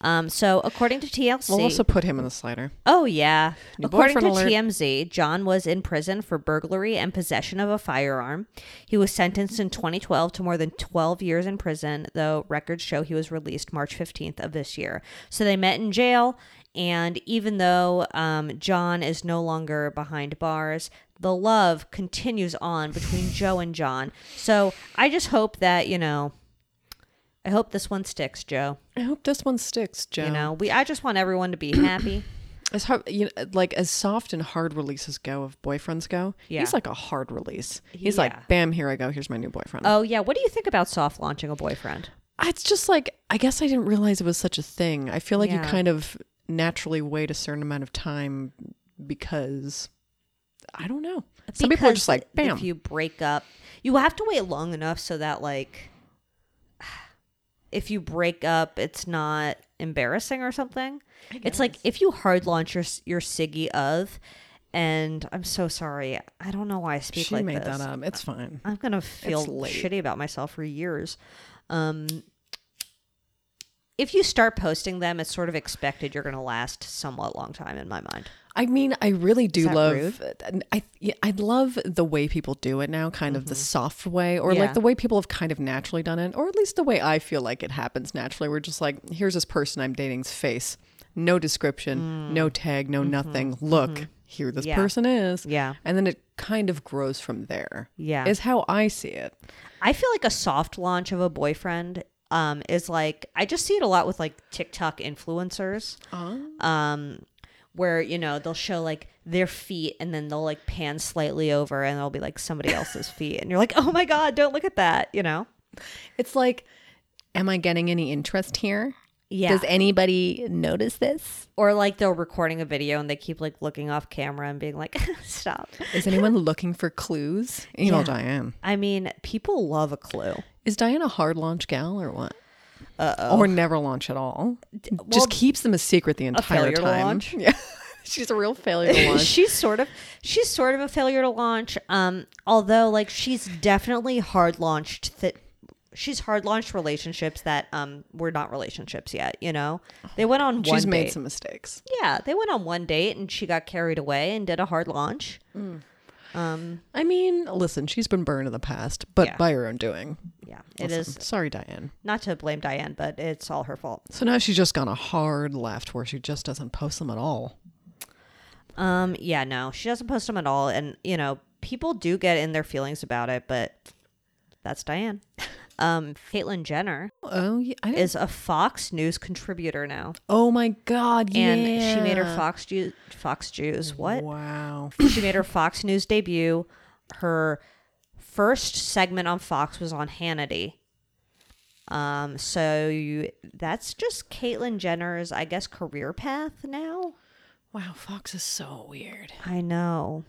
Um, so according to TLC,
We'll also put him in the slider.
Oh yeah.
New
According to
boyfriend alert.
TMZ, John was in prison for burglary and possession of a firearm. He was sentenced in 2012 to more than 12 years in prison, though records show he was released March 15th of this year. So they met in jail, and even though um, John is no longer behind bars, the love continues on between Joe and John. So I just hope that you know. I hope this one sticks, Joe.
I hope this one sticks, Joe.
You know, we I just want everyone to be happy.
as hard, you know, like as soft and hard releases go of boyfriends go,
Yeah.
he's like a hard release. He's
Yeah.
like, bam, here I go. Here's my new boyfriend.
Oh yeah, what do you think about soft launching a boyfriend?
it's just like I guess I didn't realize it was such a thing. I feel like
Yeah.
you kind of naturally wait a certain amount of time because I don't know. Some people are
Because
just like, bam.
If you break up, you have to wait long enough so that like, if you break up, it's not embarrassing or something. It's like if you hard launch your your Siggy of, and I'm so sorry. I don't know why I speak
she
like
made
this.
that up. It's fine.
I'm gonna feel
late.
shitty about myself for years. Um, if you start posting them, it's sort of expected you're gonna last somewhat long time in my mind.
I mean, I really do
that
love.
rude?
I yeah, I love the way people do it now, kind of the soft way, or
Mm-hmm. Yeah.
like the way people have kind of naturally done it, or at least the way I feel like it happens naturally. We're just like, here's this person I'm dating's face, no description, no tag, no nothing. Look, here this
Mm. Mm-hmm. Yeah.
person is.
Yeah.
and then it kind of grows from there.
Yeah.
is how I see it.
I feel like a soft launch of a boyfriend um, is like I just see it a lot with like TikTok influencers, um, where you know they'll show like their feet and then they'll like pan slightly over and they'll be like somebody else's feet and you're like oh my god don't look at that you know
It's like, am I getting any interest here?
yeah
Does anybody notice this?
or like they're recording a video and they keep like looking off camera and being like *laughs* stop *laughs*
Is anyone looking for clues? Email
Yeah.
Diane.
I mean people love a clue
Is Diane a hard launch gal or what? Uh-oh. Or never launch at all.
well,
Just keeps them a secret the entire
failure to
time.
launch.
*laughs* Yeah. She's a real failure *laughs* to launch.
she's sort of she's sort of a failure to launch. Um, although like she's definitely hard launched that she's hard launched relationships that um were not relationships yet. You know, they went on one
She's made
date.
some mistakes.
yeah, they went on one date and she got carried away and did a hard launch. Um,
I mean, listen, she's been burned in the past, but
Yeah.
by her own doing.
yeah, it
Listen,
is
Sorry, Diane.
not to blame Diane, but it's all her fault.
So now she's just gone a hard left where she just doesn't post them at all.
Um, yeah, no, she doesn't post them at all, and you know, people do get in their feelings about it, but that's Diane. *laughs* Um, Caitlyn Jenner
Oh, yeah. I didn't-
is a Fox News contributor now,
oh my God.
and she made her
yeah.
Fox Jews. Fox Jews. What?
Wow.
she made her Fox News debut. Her first segment on Fox was on Hannity. Um, so you, that's just Caitlyn Jenner's, I guess, career path now.
Wow. Fox is so weird.
I know.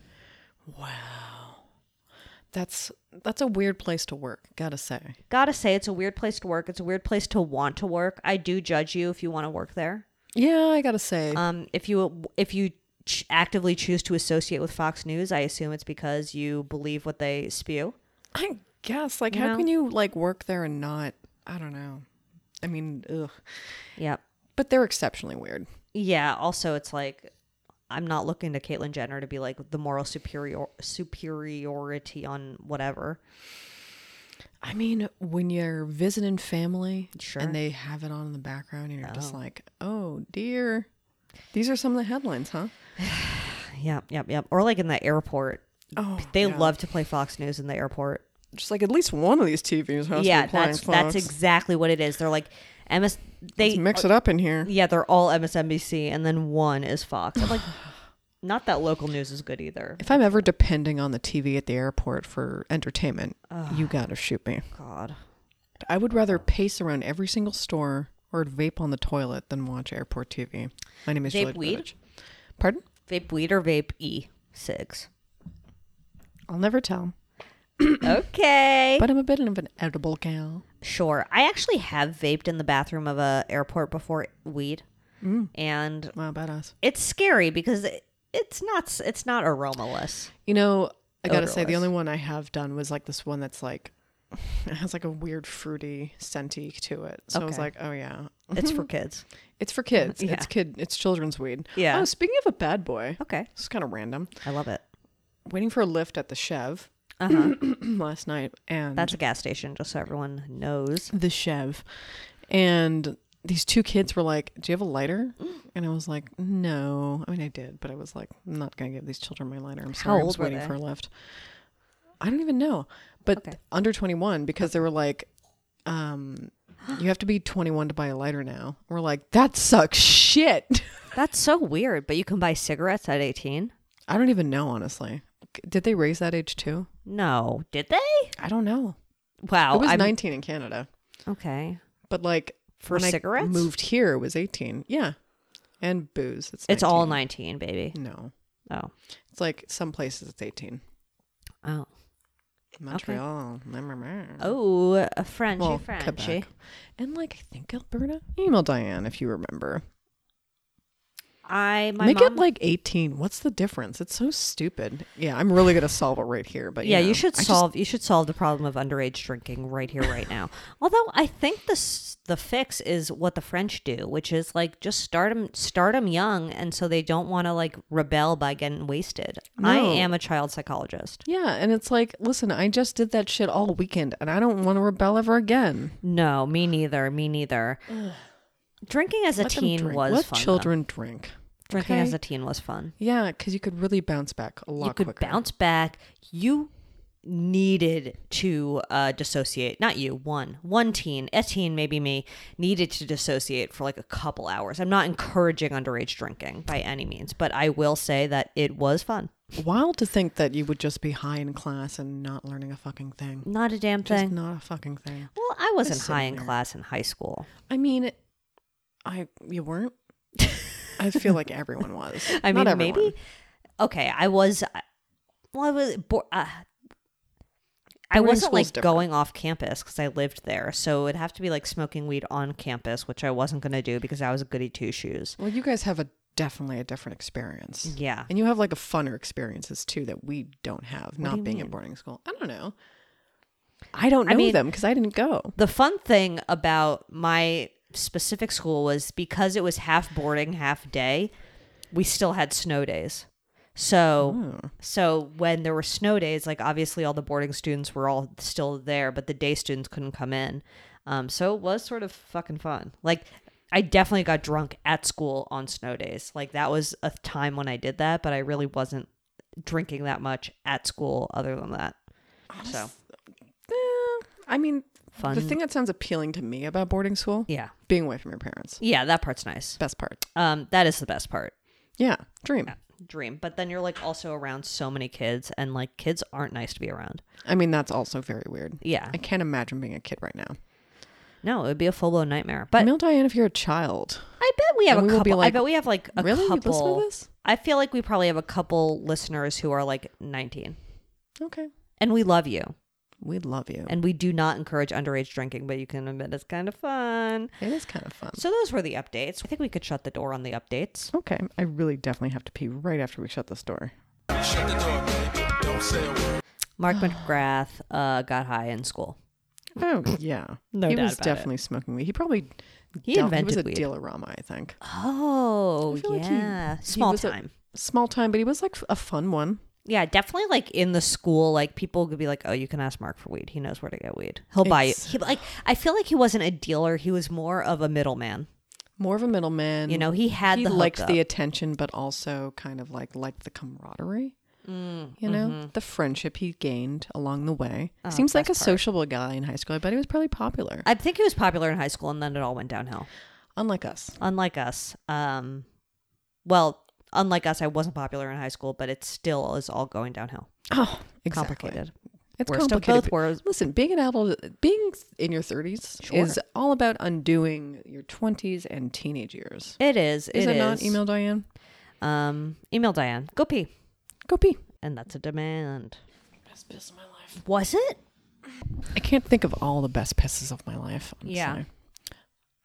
That's that's a weird place to work, gotta say.
Gotta say, it's a weird place to work. It's a weird place to want to work. I do judge you if you want to work there.
Yeah, I gotta say.
Um, if you if you ch- actively choose to associate with Fox News, I assume it's because you believe what they spew.
I guess. Like,
You
how
know?
can you like work there and not? I don't know. I mean, ugh.
Yep.
But they're exceptionally weird.
Yeah. Also, it's like I'm not looking to Caitlyn Jenner to be like the moral superior superiority on whatever.
I mean, when you're visiting family
Sure.
and they have it on in the background, and you're just like, oh dear, these are some of the headlines, huh?
Yep. Yep. Yep. Or like in the airport,
Oh,
they
yeah.
love to play Fox News in the airport.
just like at least one of these TVs has
yeah,
to be playing
that's
Fox.
that's exactly what it is. They're like MS. They
Let's mix it up in here.
Yeah, they're all MSNBC, and then one is Fox. I'm like, not that local news is good either.
If I'm ever depending on the TV at the airport for entertainment, you gotta shoot me.
God.
I would rather pace around every single store or vape on the toilet than watch airport TV. My name is
Vape
Juliet
weed?
Brodich. Pardon?
Vape weed or vape E six.
I'll never tell.
Okay.
But I'm a bit of an edible gal.
sure. I actually have vaped in the bathroom of a airport before weed, Mm. and
Wow, badass.
it's scary because it, it's not it's not aromaless.
You know, I
Oh,
gotta say
Odorless.
the only one I have done was like *laughs* this one that's like it has like a weird fruity scenty to it. So I was
Okay.
like, oh yeah,
It's *laughs* for kids.
It's for
*laughs*
kids.
Yeah.
It's kid. It's children's weed.
Yeah.
Oh, speaking of a bad boy.
Okay.
This is kind of random.
I love it.
Waiting for a lift at the Chev *clears throat* last night, and
Uh-huh. That's a gas station, just so everyone knows.
the Chev, and these two kids were like, "Do you have a lighter?"
Mm.
And I was like, "No." I mean, I did, but I was like, "I'm not gonna give these children my lighter." I'm sorry. I
old
was
were
waiting
they?
for a lift. I don't even know, but
Okay.
under 21 because they were like, um, "You have to be 21 to buy a lighter now." We're like, "That sucks shit." *laughs*
That's so weird, but you can buy cigarettes at 18?
I don't even know, honestly. Did they raise that age too?
No. Did they?
I don't know.
Wow.
it was
Oh, I'm-
19 in Canada,
Okay.
but like
For
when I
cigarettes?
moved here, it was 18. Yeah, and booze. It's
It's all 19,
19.
baby.
No,
Oh.
it's like some places it's 18.
Oh.
Montreal, okay.
Oh, eh? a Frenchy,
well,
Frenchy.
Quebec, and like I think Alberta. Email Diane if you remember.
I, my
Make
mom,
it like 18. What's the difference? It's so stupid. Yeah, I'm really gonna solve it right here. But
yeah,
know,
you should
I just-
solve you should solve the problem of underage drinking right here, right now.
*laughs*
Although I think the s- the fix is what the French do, which is like just start them young, and so they don't want to like rebel by getting wasted. I
No.
am a child psychologist.
yeah, and it's like, listen, I just did that shit all weekend, and I don't want to rebel ever again.
No, me neither. Me neither. Drinking as a
Let them
teen
drink.
was
Let
fun. though.
children drink.
drinking
okay?
as a teen was fun.
Yeah, because you could really bounce back a lot.
you could
quicker.
bounce back. You needed to uh, dissociate. Not you, one, one teen, a teen, maybe me, needed to dissociate for like a couple hours. I'm not encouraging underage drinking by any means, but I will say that it was fun.
Wild to think that you would just be high in class and not learning a fucking thing.
Not a damn
Just
thing.
not a fucking thing.
well, I wasn't
Just
high in
sitting there.
class in high school.
I mean, I
*laughs*
you weren't. I feel like everyone was.
I
Not
mean,
everyone.
maybe. Okay, I was. uh, Well, I was. Bo- uh, I
Boarding
wasn't like
school's different.
going off campus because I lived there, so it'd have to be like smoking weed on campus, which I wasn't gonna do because I was a goody two shoes.
Well, you guys have a definitely a different experience.
Yeah.
and you have like a funner experiences too that we don't have.
do you
not being
mean?
at boarding school. I don't know. I don't know
I mean-
them because I didn't go.
The fun thing about my specific school was because it was half boarding, half day. We still had snow days, so so when there were snow days, like obviously all the boarding students were all still there, but the day students couldn't come in. Um, so it was sort of fucking fun. Like I definitely got drunk at school on snow days. Like that was a time when I did that, but I really wasn't drinking that much at school other than that. So
Eh, I mean,
Fun.
the thing that sounds appealing to me about boarding school,
yeah,
being away from your parents,
yeah, that part's nice.
best part.
Um, that is the best part.
Yeah, dream.
Dream, but then you're like also around so many kids, and like kids aren't nice to be around.
I mean, that's also very weird.
Yeah,
I can't imagine being a kid right now.
no, it would be a full blown nightmare. But
Mail Diane if you're a child.
I bet we have a
And we will be
couple. I
like,
bet we have like a
"Really? You listen to
couple.
this?"
I feel like we probably have a couple listeners who are like 19,
Okay.
and we love you,
We love you.
and we do not encourage underage drinking, but you can admit it's kind of fun.
it is kind of fun.
So those were the updates. I think we could shut the door on the updates.
Okay. I really definitely have to pee right after we shut this door. *sighs*
Mark McGrath uh, got high in school.
Oh, *laughs* yeah.
No
He
doubt
was
about it.
definitely smoking weed. He probably
He
dealt-
invented
he was a
weed.
dealerama, I think.
Oh,
I feel like he-
yeah,
he
small
was a-
time.
Small time, but he was like a fun one.
Yeah, definitely. Like in the school, like people could be like, "Oh, you can ask Mark for weed. He knows where to get weed. He'll buy you."
It's-
He, like, I feel like he wasn't a dealer. He was more of a middleman.
More of a middleman.
You know, he had
he
the
liked
hookup.
the attention, but also kind of like liked the camaraderie.
Mm,
you know,
mm-hmm.
the friendship he gained along the way. Seems like a sociable guy in high school. I bet he was probably popular,
Oh, I think he was popular in high school, and then it all went downhill.
unlike us.
Unlike us, um, well, unlike us, I wasn't popular in high school, but it still is all going downhill.
Oh, exactly.
Complicated.
It's
Worst of
complicated.
both worlds.
Listen, being an adult, being in your 30s is all about undoing your 20s and teenage years.
It is.
Is
it
it not?
is.
Email Diane.
Um, email Diane. Go pee,
Go pee.
and that's a demand. Best piss of my life. Was it?
I can't think of all the best pisses of my life. Honestly.
Yeah.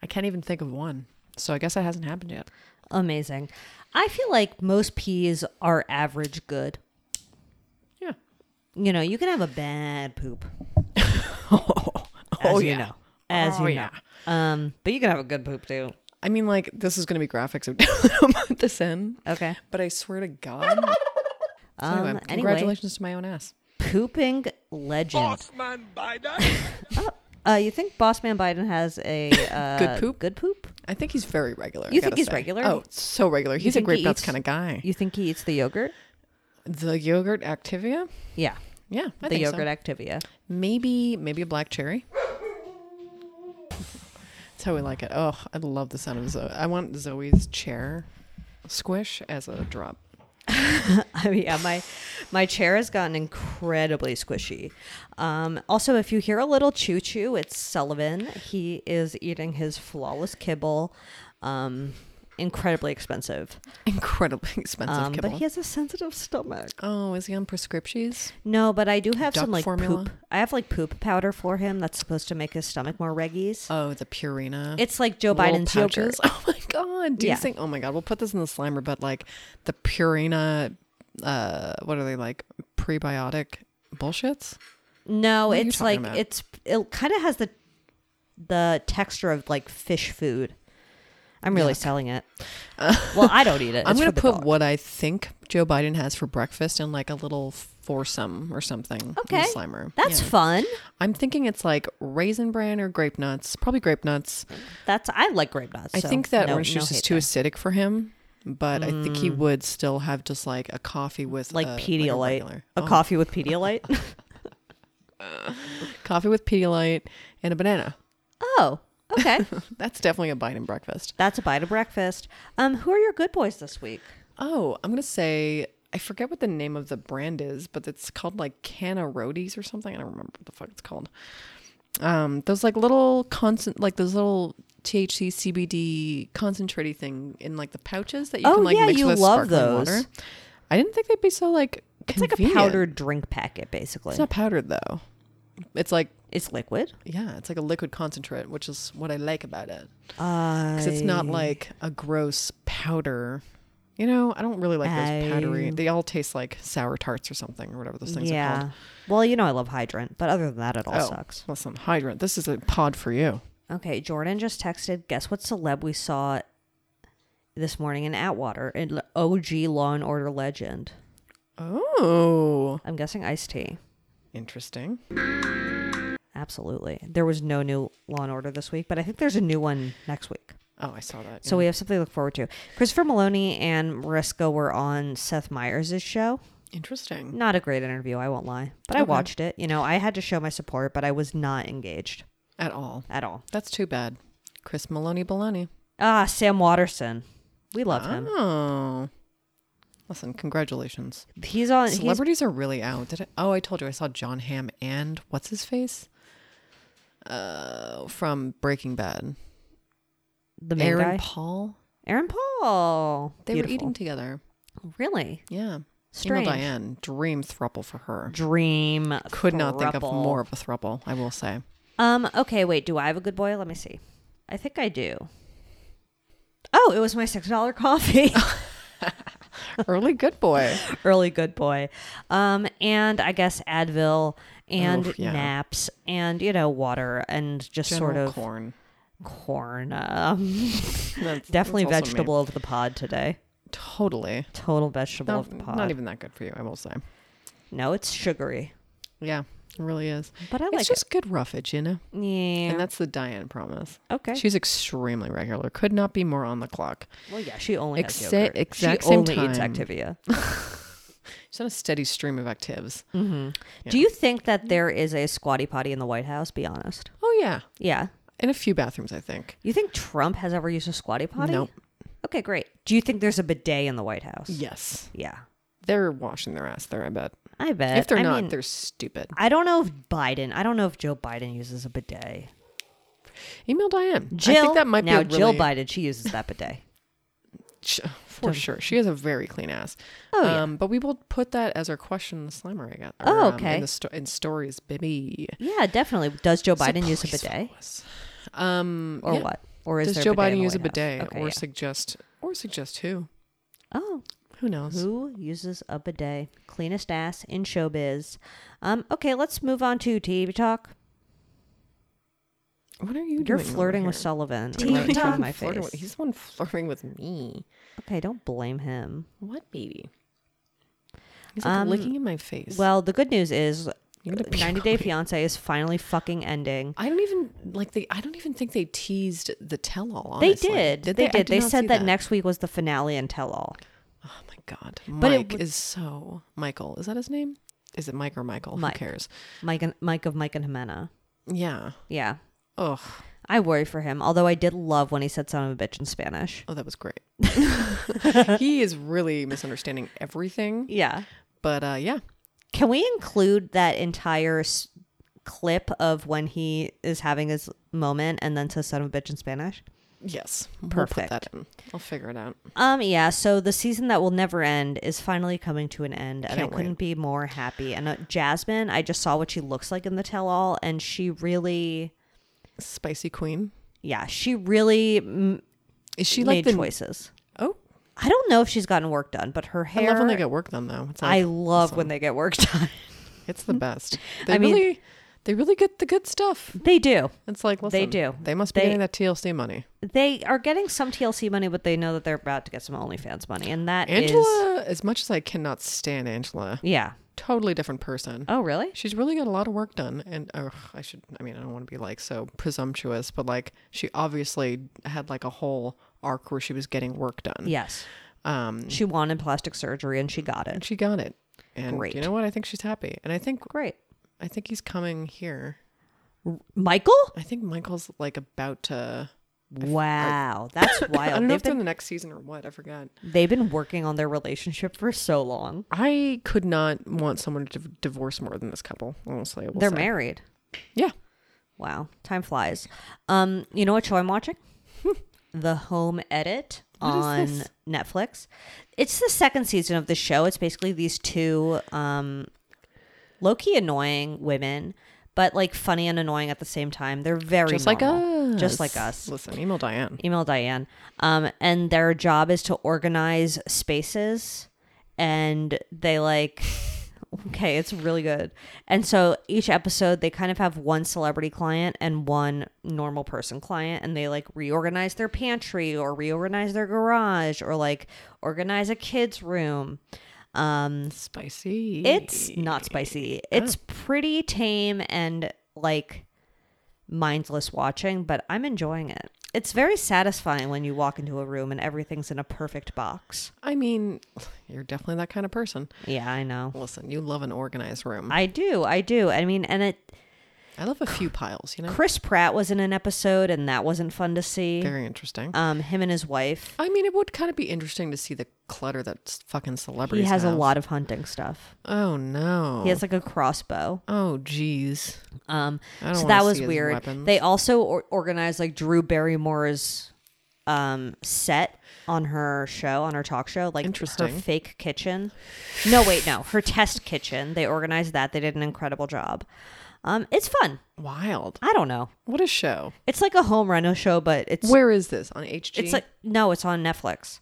I can't even think of one. So I guess that hasn't happened yet.
Amazing. I feel like most peas are average good. *laughs*
Yeah.
You know, you can have a bad poop,
Oh,
as
oh
you
yeah.
know. as
Oh,
you
yeah.
know. Um, but you can have a good poop too.
I mean, like, this is going to be graphics. *laughs* I'm gonna put this in.
Okay.
But I swear
*laughs*
to God. So
Um,
anyway,
anyway,
congratulations to my own ass.
pooping legend. Bossman Biden. *laughs* oh, uh, you think Bossman Biden has
*laughs*
a uh,
poop?
Good poop.
I think he's very regular. I
You think
gotta
he's
say.
regular?
Oh, so regular. He's a
think he
great nuts
eats-
kind of guy.
You think he eats the yogurt?
The yogurt Activia?
Yeah,
Yeah, I
the
think so.
yogurt Activia.
Maybe maybe a black cherry. *laughs* That's how we like it. Oh, I love the sound of Zoe. I want Zoe's chair squish as a drop. *laughs*
*laughs* I mean, yeah, my my chair has gotten incredibly squishy. Um, also, if you hear a little choo choo, it's Sullivan. He is eating his flawless kibble. Um, incredibly expensive,
Incredibly expensive
um, but
kibble.
he has a sensitive stomach.
oh, is he on prescriptions?
No, but I do have some
Duck
like
formula?
poop. I have like poop powder for him that's supposed to make his stomach more reggies.
Oh, the Purina.
It's like Joe
little
Biden's yogurt.
pouches. *laughs* Oh my god! Do
Yeah.
you think? Oh my god! We'll put this in the slimer, but like the Purina, uh, what are they like? Prebiotic bullshits.
No,
What are you
it's like
talking about?
it's it kind of has the the texture of like fish food. I'm really selling it. well, I don't eat it.
Uh, *laughs* I'm
It's
gonna
for the
put
dog.
what I think Joe Biden has for breakfast in like a little foursome or something.
Okay,
in the slimer.
That's
Yeah.
fun.
I'm thinking it's like raisin bran or grape nuts. Probably grape nuts.
That's I like grape nuts.
I
so
think that
no,
orange
no
juice is
hate
too
there. Mm.
acidic for him. But I think he would still have just like a coffee with
like
uh, a- a
Pedialyte,
regular-
a
Oh,
coffee with Pedialyte.
*laughs* coffee with Pedialyte and a banana.
oh,
*laughs*
okay.
That's definitely a Biden breakfast.
That's a bite of breakfast. Um, who are your good boys this week?
Oh, I'm gonna say I forget what the name of the brand is, but it's called like Canna Roadies or something. I don't remember what the fuck it's called. Um, those like little constant, like those little THC CBD concentrated thing in like the pouches that you
Oh,
can like
yeah,
mix
you
with
love
sparkling
those.
water. I didn't think they'd be so like.
It's like a
convenient.
powdered drink packet, basically.
It's not powdered though. It's like
It's liquid.
yeah, it's like a liquid concentrate, which is what I like about it.
Uh,
Because it's not like a gross powder. You know, I don't really like those powdery.
I-
They all taste like sour tarts or something or whatever those things are
yeah.
called.
Well, you know I love hydrant, but other than that, it all
Oh,
sucks.
Listen, hydrant. This is a pod for you.
Okay, Jordan just texted. Guess what celeb we saw this morning in Atwater? An OG Law and Order legend.
Oh,
I'm guessing Ice T.
interesting.
Absolutely. There was no new Law and Order this week, but I think there's a new one next week.
Oh, I saw that.
So we have something to look forward to. Christopher Maloney and Mariska were on Seth Meyers' show.
interesting.
Not a great interview, I won't lie. But I watched it. You know, I had to show my support, but I was not engaged
At all.
at all.
That's too bad. Chris Maloney Baloney.
Ah, Sam Watterson. We love him.
Oh. Listen, congratulations.
He's on. He's,
Celebrities are really out. Did I, oh, I told you I saw John Hamm and what's his face? Uh, from Breaking Bad.
the main
Aaron
guy.
Paul.
Aaron Paul.
They
Beautiful.
were eating together.
Really?
Yeah.
Strange.
Strange. Diane, dream thruple for her.
Dream.
Could not think of
throuple.
more of a thruple, I will say.
Um. Okay. Wait. Do I have a good boy? Let me see. I think I do. Oh, it was my six dollar *laughs*
*laughs*
coffee.
Early good boy.
Early good boy. Um. And I guess Advil and
Oof, yeah.
naps and you know water and just *laughs*
General
sort of
corn.
corn. Um,
*laughs* That's-
definitely
that's also me.
vegetable of the pod today.
Totally.
Total vegetable
Not,
of the pod.
not even that good for you, I will say.
No, it's sugary.
Yeah, it really is.
But I
it's
like it.
just good roughage, you know?
Yeah.
And that's the Diane promise.
okay.
She's extremely regular. Could not be more on the clock.
well, yeah. She only has
Exa-
yogurt.
exact
she
same
only eats
time.
Activia.
She's on a steady stream of actives.
Mm. Do you think that there is a squatty potty in the White House? Be honest.
Oh, yeah.
Yeah.
In a few bathrooms, I think.
You think Trump has ever used a squatty potty?
Nope.
Okay, great. Do you think there's a bidet in the White House?
Yes.
Yeah.
They're washing their ass there, I bet.
I bet.
if they're
I
not,
mean,
they're stupid.
I don't know if Biden. I don't know if Joe Biden uses a bidet.
Email Diane.
Jill.
I think that might
now,
be a
Jill
really-
Biden. She uses that bidet.
Sh- for sure. She has a very clean ass.
Oh, yeah.
um, But we will put that as our question in the slimer, I guess. or,
Oh,
um,
okay.
in, the sto- in stories, baby.
Yeah, definitely. Does Joe Biden use a
please
bidet
follow us. Um,
or
yeah.
what? Or is
Does
there
Joe
a bidet in
Biden
the
use a
White House?
bidet
Okay,
or
yeah.
suggest or suggest who?
Oh,
Who knows?
who uses a bidet? Cleanest ass in showbiz. Um. Okay, let's move on to TV talk.
What are you
You're
doing? over
flirting with
here?
Sullivan.
I'm
right in front of
not
my
flirting with-
face.
he's the one flirting with me.
Okay, don't blame him.
What baby? He's like licking in my face.
Um, Well, the good news is
You need to puke *laughs*
90 Day Fiance is finally fucking ending.
I don't even like they. I don't even think they teased the tell-all.
They
honestly.
did. They,
I
did.
did
They
not
said
see
that, next week was the finale and tell all.
Oh my god,
But it
Mike
would-
is so Michael. Is that his name? Is it Mike or Michael?
Mike.
Who cares?
Mike and Mike of Mike and Jimena.
Yeah.
Yeah.
Ugh.
I worry for him, although I did love when he said son of a bitch in Spanish.
Oh, that
*laughs*
was great. he is really misunderstanding everything.
Yeah.
But uh, yeah,
Can we include that entire s- clip of when he is having his moment and then says son of a bitch in Spanish?
yes, We'll put
Perfect.
that in. I'll figure it out.
Um, yeah, so the season that will never end is finally coming to an end, and
Can't
I
wait.
couldn't be more happy. And uh, Jasmine, I just saw what she looks like in the tell all, and she really,
Spicy Queen.
yeah, she really m-
Is she
made
like the
choices.
Oh,
I don't know if she's gotten work done, but her hair.
I love when they get work done though. It's
I
like,
love when they get work *laughs* done.
it's
*laughs*
the best. They
I mean-
really, they really get the good stuff.
they do.
It's like listen,
They do.
They must be
They-
getting that TLC money.
They are getting some TLC money, but they know that they're about to get some OnlyFans money, and that is
Angela, as much as I cannot stand Angela,
yeah.
totally different person.
Oh, really?
She's really got a lot of work done, and oh, I should. I mean, I don't want to be like so presumptuous, but like she obviously had like a whole arc where she was getting work done.
Yes.
Um,
She wanted plastic surgery, and she got
and
it.
she got it. And
Great.
you know what? I think she's happy, and I think
Great,
I think he's coming here.
Michael.
I think Michael's like about to.
Wow, that's
*laughs* I don't
wild.
know
They've
if they're in
been
the next season or what. I forgot.
they've been working on their relationship for so long.
I could not want someone to div- divorce more than this couple. Honestly, I will
They're
say.
married.
Yeah.
Wow, time flies. Um, you know what show I'm
*laughs*
watching? the Home Edit on Netflix. It's the second season of the show. It's basically these two um low key annoying women, but like funny and annoying at the same time. They're very
Just like
normal. Just
us.
like us.
Listen, email Diane.
email Diane. Um, and their job is to organize spaces, and they like. *laughs* Okay, it's really good. And so each episode, they kind of have one celebrity client and one normal person client, and they like reorganize their pantry or reorganize their garage or like organize a kid's room. Um,
Spicy.
it's not spicy. Ah. It's pretty tame and like mindless watching, but I'm enjoying it. It's very satisfying when you walk into a room and everything's in a perfect box.
I mean, you're definitely that kind of person.
Yeah, I know.
Listen, you love an organized room. I,
I do. I do. I mean, and it
love a few piles, you know?
Chris Pratt was in an episode and that wasn't fun to see.
Very interesting.
Um him and his wife.
I mean, it would kind of be interesting to see the clutter that s- fucking
He
celebrities
has a
have.
lot of hunting stuff.
Oh, no.
He has like a crossbow.
oh, jeez.
Um,
I don't
so
wanna
that was
see his
weird.
weapons.
They also or- organized like Drew Barrymore's um, set on her show, on her talk show, like her
Interesting.
fake kitchen. No, wait, no, her test kitchen. They organized that. They did an incredible job. Um, it's fun.
Wild.
I don't know.
What a show.
It's like a home reno show, but it's
Where is this? On Ah. HG?
it's like no, it's on Netflix.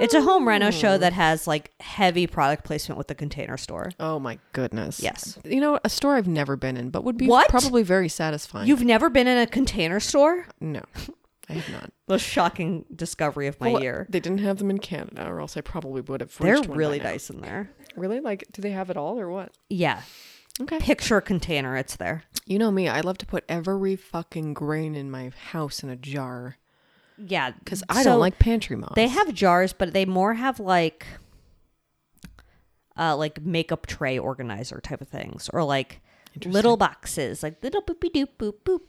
It's a home reno show that has like heavy product placement with the Container Store.
Oh, my goodness.
Yes.
You know, a store I've never been in, but would be
What?
probably very satisfying.
You've never been in a Container Store?
No, I have not.
The shocking discovery of my
Well,
year.
They didn't have them in Canada, or else I probably would have.
They're
reached one by
really
now.
nice in there.
Really? Like, do they have it all or what?
Yeah.
Okay.
Picture container, it's there.
You know me, I love to put every fucking grain in my house in a jar
Yeah.
because I don't like pantry moms.
They have jars, but they more have like uh like makeup tray organizer type of things. Or like little boxes. Like little boopy doop boop boop.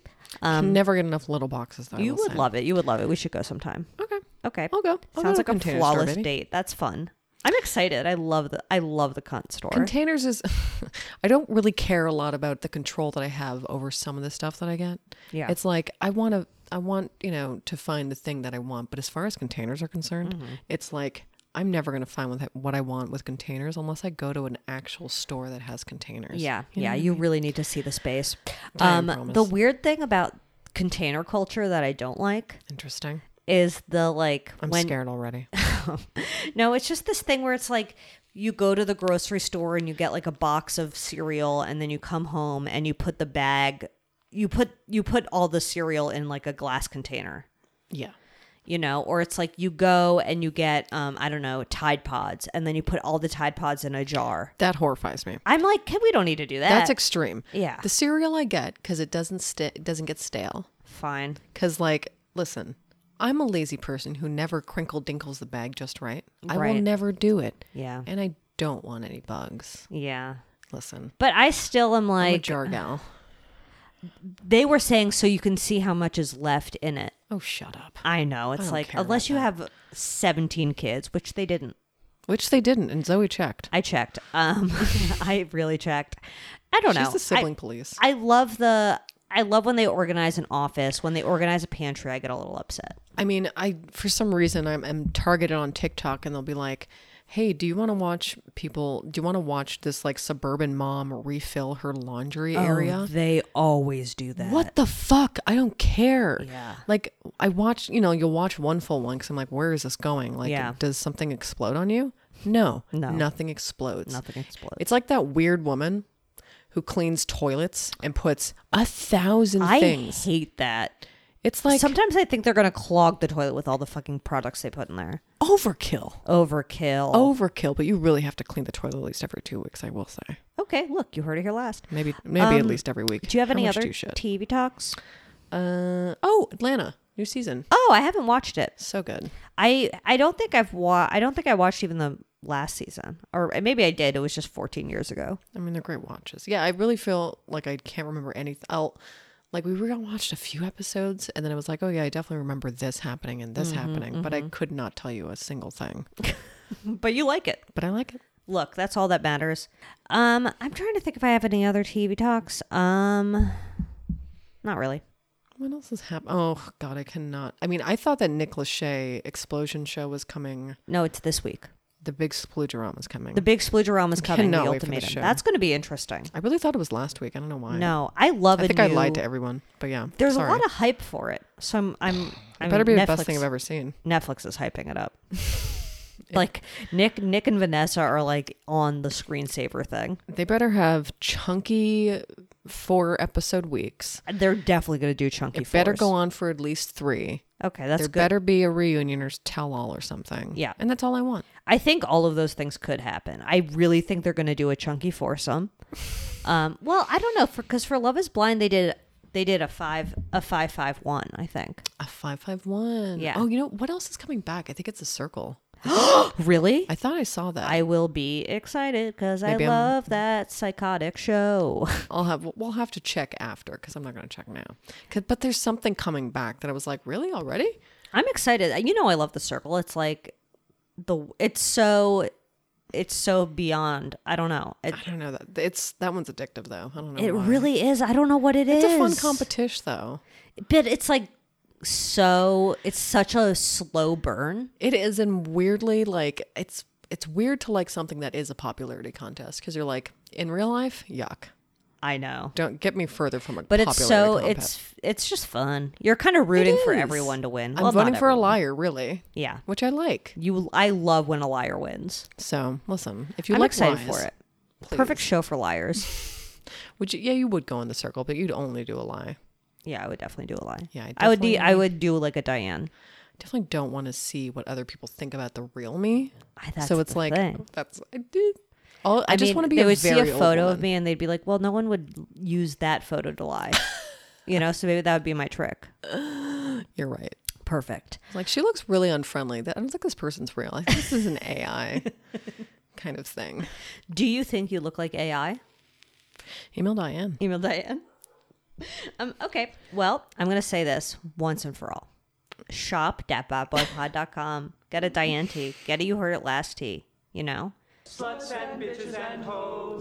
Um
never get enough little boxes though. I
you
will
would
say.
love it. You would love it. We should go sometime.
Okay.
Okay.
I'll go. I'll
Sounds
go
like
to
a
Container Store,
flawless
baby.
date. That's fun. I'm excited. I love the I love the cunt store.
Containers is. *laughs* I don't really care a lot about the control that I have over some of the stuff that I get.
Yeah.
It's like I want to. I want you know to find the thing that I want, but as far as containers are concerned,
Mm-hmm.
it's like. I'm never going to find what I- what I want with containers unless I go to an actual store that has containers.
Yeah, yeah, you really need to see the space.
Time,
Um, the
promise.
weird thing about container culture that I don't like
Interesting.
is the like
I'm
when *laughs*
scared already.
no, it's just this thing where it's like you go to the grocery store and you get like a box of cereal and then you come home and you put the bag you put you put all the cereal in like a glass container
Yeah.
you know or it's like you go and you get um i don't know tide pods and then you put all the tide pods in a jar
That horrifies me.
i'm like "Kid, we don't need to do that
That's extreme.
yeah.
The cereal I get because it doesn't sta it doesn't get stale.
fine
Because like, listen, I'm a lazy person who never crinkle dinkles the bag just right. I will
Right.
never do it.
yeah
And I don't want any bugs.
yeah
Listen,
but i still am
I'm a
like uh,
jar gal.
they were saying so you can see how much is left in it
Oh, shut up.
i know it's
don't
like
care about
unless you have 17 kids which they didn't
Which they didn't, and Zoe checked.
i checked um *laughs* i really checked i don't know
She's the
I-
sibling police.
I love the I love when they organize an office. When they organize a pantry, I get a little upset.
I mean, I for some reason I'm, I'm targeted on TikTok, and they'll be like, "Hey, do you want to watch people? Do you want to watch this like suburban mom refill her laundry Oh,
Oh,
area?"
they always do that.
What the fuck? I don't care.
Yeah.
Like I watch, you know, you'll watch one full one because I'm like, where is this going? Like,
Yeah.
does something explode on you? No,
No.
nothing explodes.
Nothing explodes.
It's like that weird woman who cleans toilets and puts a thousand
I
things.
hate that.
It's like
Sometimes I think they're gonna clog the toilet with all the fucking products they put in there.
overkill.
Overkill.
Oh. Overkill, but you really have to clean the toilet at least every two weeks. I will say,
okay. Look, you heard it here last.
maybe maybe at
Um,
least every week.
Do you have
How
any
much
other
do you shit?
TV talks?
uh, oh, Atlanta, new season,
Oh, I haven't watched it.
so good.
I I don't think I've wa- I don't think I watched even the last season, or eh, maybe I did. It was just 14 years ago.
I mean, they're great watches. Yeah, I really feel like I can't remember anything. I'll like we re watched a few episodes, and then I was like, oh yeah, I definitely remember this happening and
Mm-hmm,
this happening, but I could not tell you a single thing.
But you like it.
But I like it.
look that's all that matters um i'm trying to think if i have any other tv talks um not really
What else has happened? Oh God, I cannot. I mean, I thought that Nick Lachey explosion show was coming.
no it's this week
The big sploogerama is coming.
the big
*laughs*
sploogerama is coming the
Cannot wait for the
ultimatum
show.
that's going to be interesting
I really thought it was last week. I don't know why.
no i love
I
it
think I lied to everyone. But yeah,
there's
sorry.
a lot of hype for it so i'm i'm I
It better be
mean,
the
netflix,
best thing I've ever seen.
netflix is hyping it
*laughs*
up *laughs* like nick nick and vanessa are like on the screensaver thing
They better have chunky four episode weeks.
they're definitely going to do chunky
It better
fours.
go on for at least three.
okay that's
there
good
better be a reunion or tell all or something.
Yeah.
And that's all I want.
I think all of those things could happen. I really think they're going to do a chunky
*laughs*
foursome. Um, well, I don't know for because for Love Is Blind they did they did a five a five five one. I
*gasps*
think
A 551.
Yeah.
Oh, you know, what else is coming back? I think it's a circle.
really.
I thought I saw that.
I will be excited because I
Maybe I'm-
love that psychotic show. *laughs*
I'll have, we'll have to check after because I'm not going to check now. 'Cause- But there's something coming back that I was like, really already?
I'm excited. You know, I love the circle. It's like the it's so it's so beyond. I don't know. It,
I don't know that. It's, that one's addictive though. I don't know.
it
why.
really is. I don't know what
It's a fun
is.
competition though.
but it's like so. It's such a slow burn.
It is, and weirdly, like it's it's weird to like something that is a popularity contest because you're like in real life, yuck.
I know.
Don't get me further from a.
But it's so
popularity
it's it's just fun. You're kind of rooting for
is.
everyone to win.
contest. I'm
Well,
voting
not
for a
everyone.
liar, really,
Yeah,
which I like.
you. I love when a liar wins.
So listen, if you
I'm
like
excited
lies,
for it. Perfect show for liars.
Would you? Yeah, you would go in the circle, but you'd only do a lie.
yeah, I would definitely do a lie.
Yeah, I
I would. Need,
definitely-
I would do like a Diane.
Definitely don't want to see what other people think about the real me.
I, that's
so it's
the
like
thing.
that's I did. All, I, just
mean,
want to be
They
a
would
very
see a
old
photo
woman.
of me, and they'd be like, "Well, no one would use that photo to
*laughs*
lie." you know, so maybe that would be my trick.
You're right.
Perfect.
Like she looks really unfriendly. That I don't think this person's real. I think
*laughs*
this is an AI kind of thing.
Do you think you look like AI?
Email Diane.
*laughs* Email Diane. Um, okay. Well, I'm going to say this once and for all. Shop datbotboypod.com. Get a Diane tea. Get a You Heard It Last tea. You know?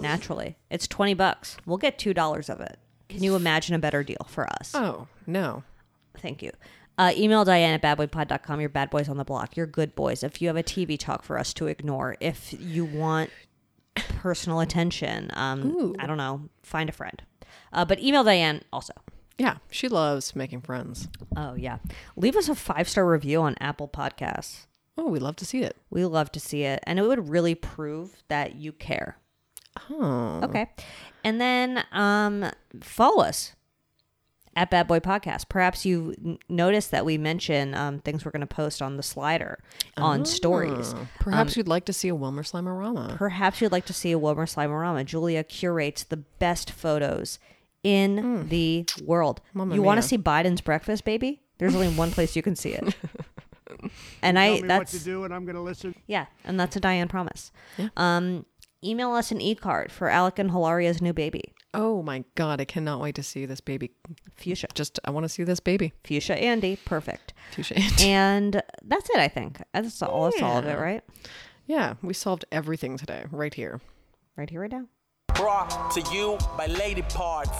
Naturally. It's 20 bucks. We'll get $2 of it. Can you imagine a better deal for us?
Oh no,
Thank you. Uh, email Diane at badboypod.com. Your bad boys on the block. Your good boys. If you have a TV talk for us to ignore, if you want personal attention, um, I don't know, find a friend. Uh, but email Diane also.
yeah, she loves making friends.
Oh, yeah. Leave us a five star review on Apple Podcasts.
Oh, we love to see it.
We love to see it. And it would really prove that you care.
Oh,
Okay. And then um, follow us at Bad Boy Podcast. Perhaps you n- noticed that we mention um, things we're going to post on the slider on
Ah.
stories. Um,
Oh, perhaps you'd like to see a Wilmer Slimerama.
Perhaps you'd like to see a Wilmer Slimerama. Julia curates the best photos in
Hmm.
the world.
Mamma
you want
mia.
to see Biden's breakfast, baby? There's only one place you can
*laughs*
see it. And I
Tell me what
that's
to do, and I'm going to listen.
yeah, and that's a Diane promise. Um, email us an e card for Alec and Hilaria's new baby,
oh my god, I cannot wait to see this baby.
Fuchsia.
Just I want to see this baby.
Fuchsia Andy, perfect.
Touche.
And that's it, I think. That's all. That's all of it,
Yeah.
right?
yeah, we solved everything today, right here.
Right here, right now.
Brought to you by Lady Parts.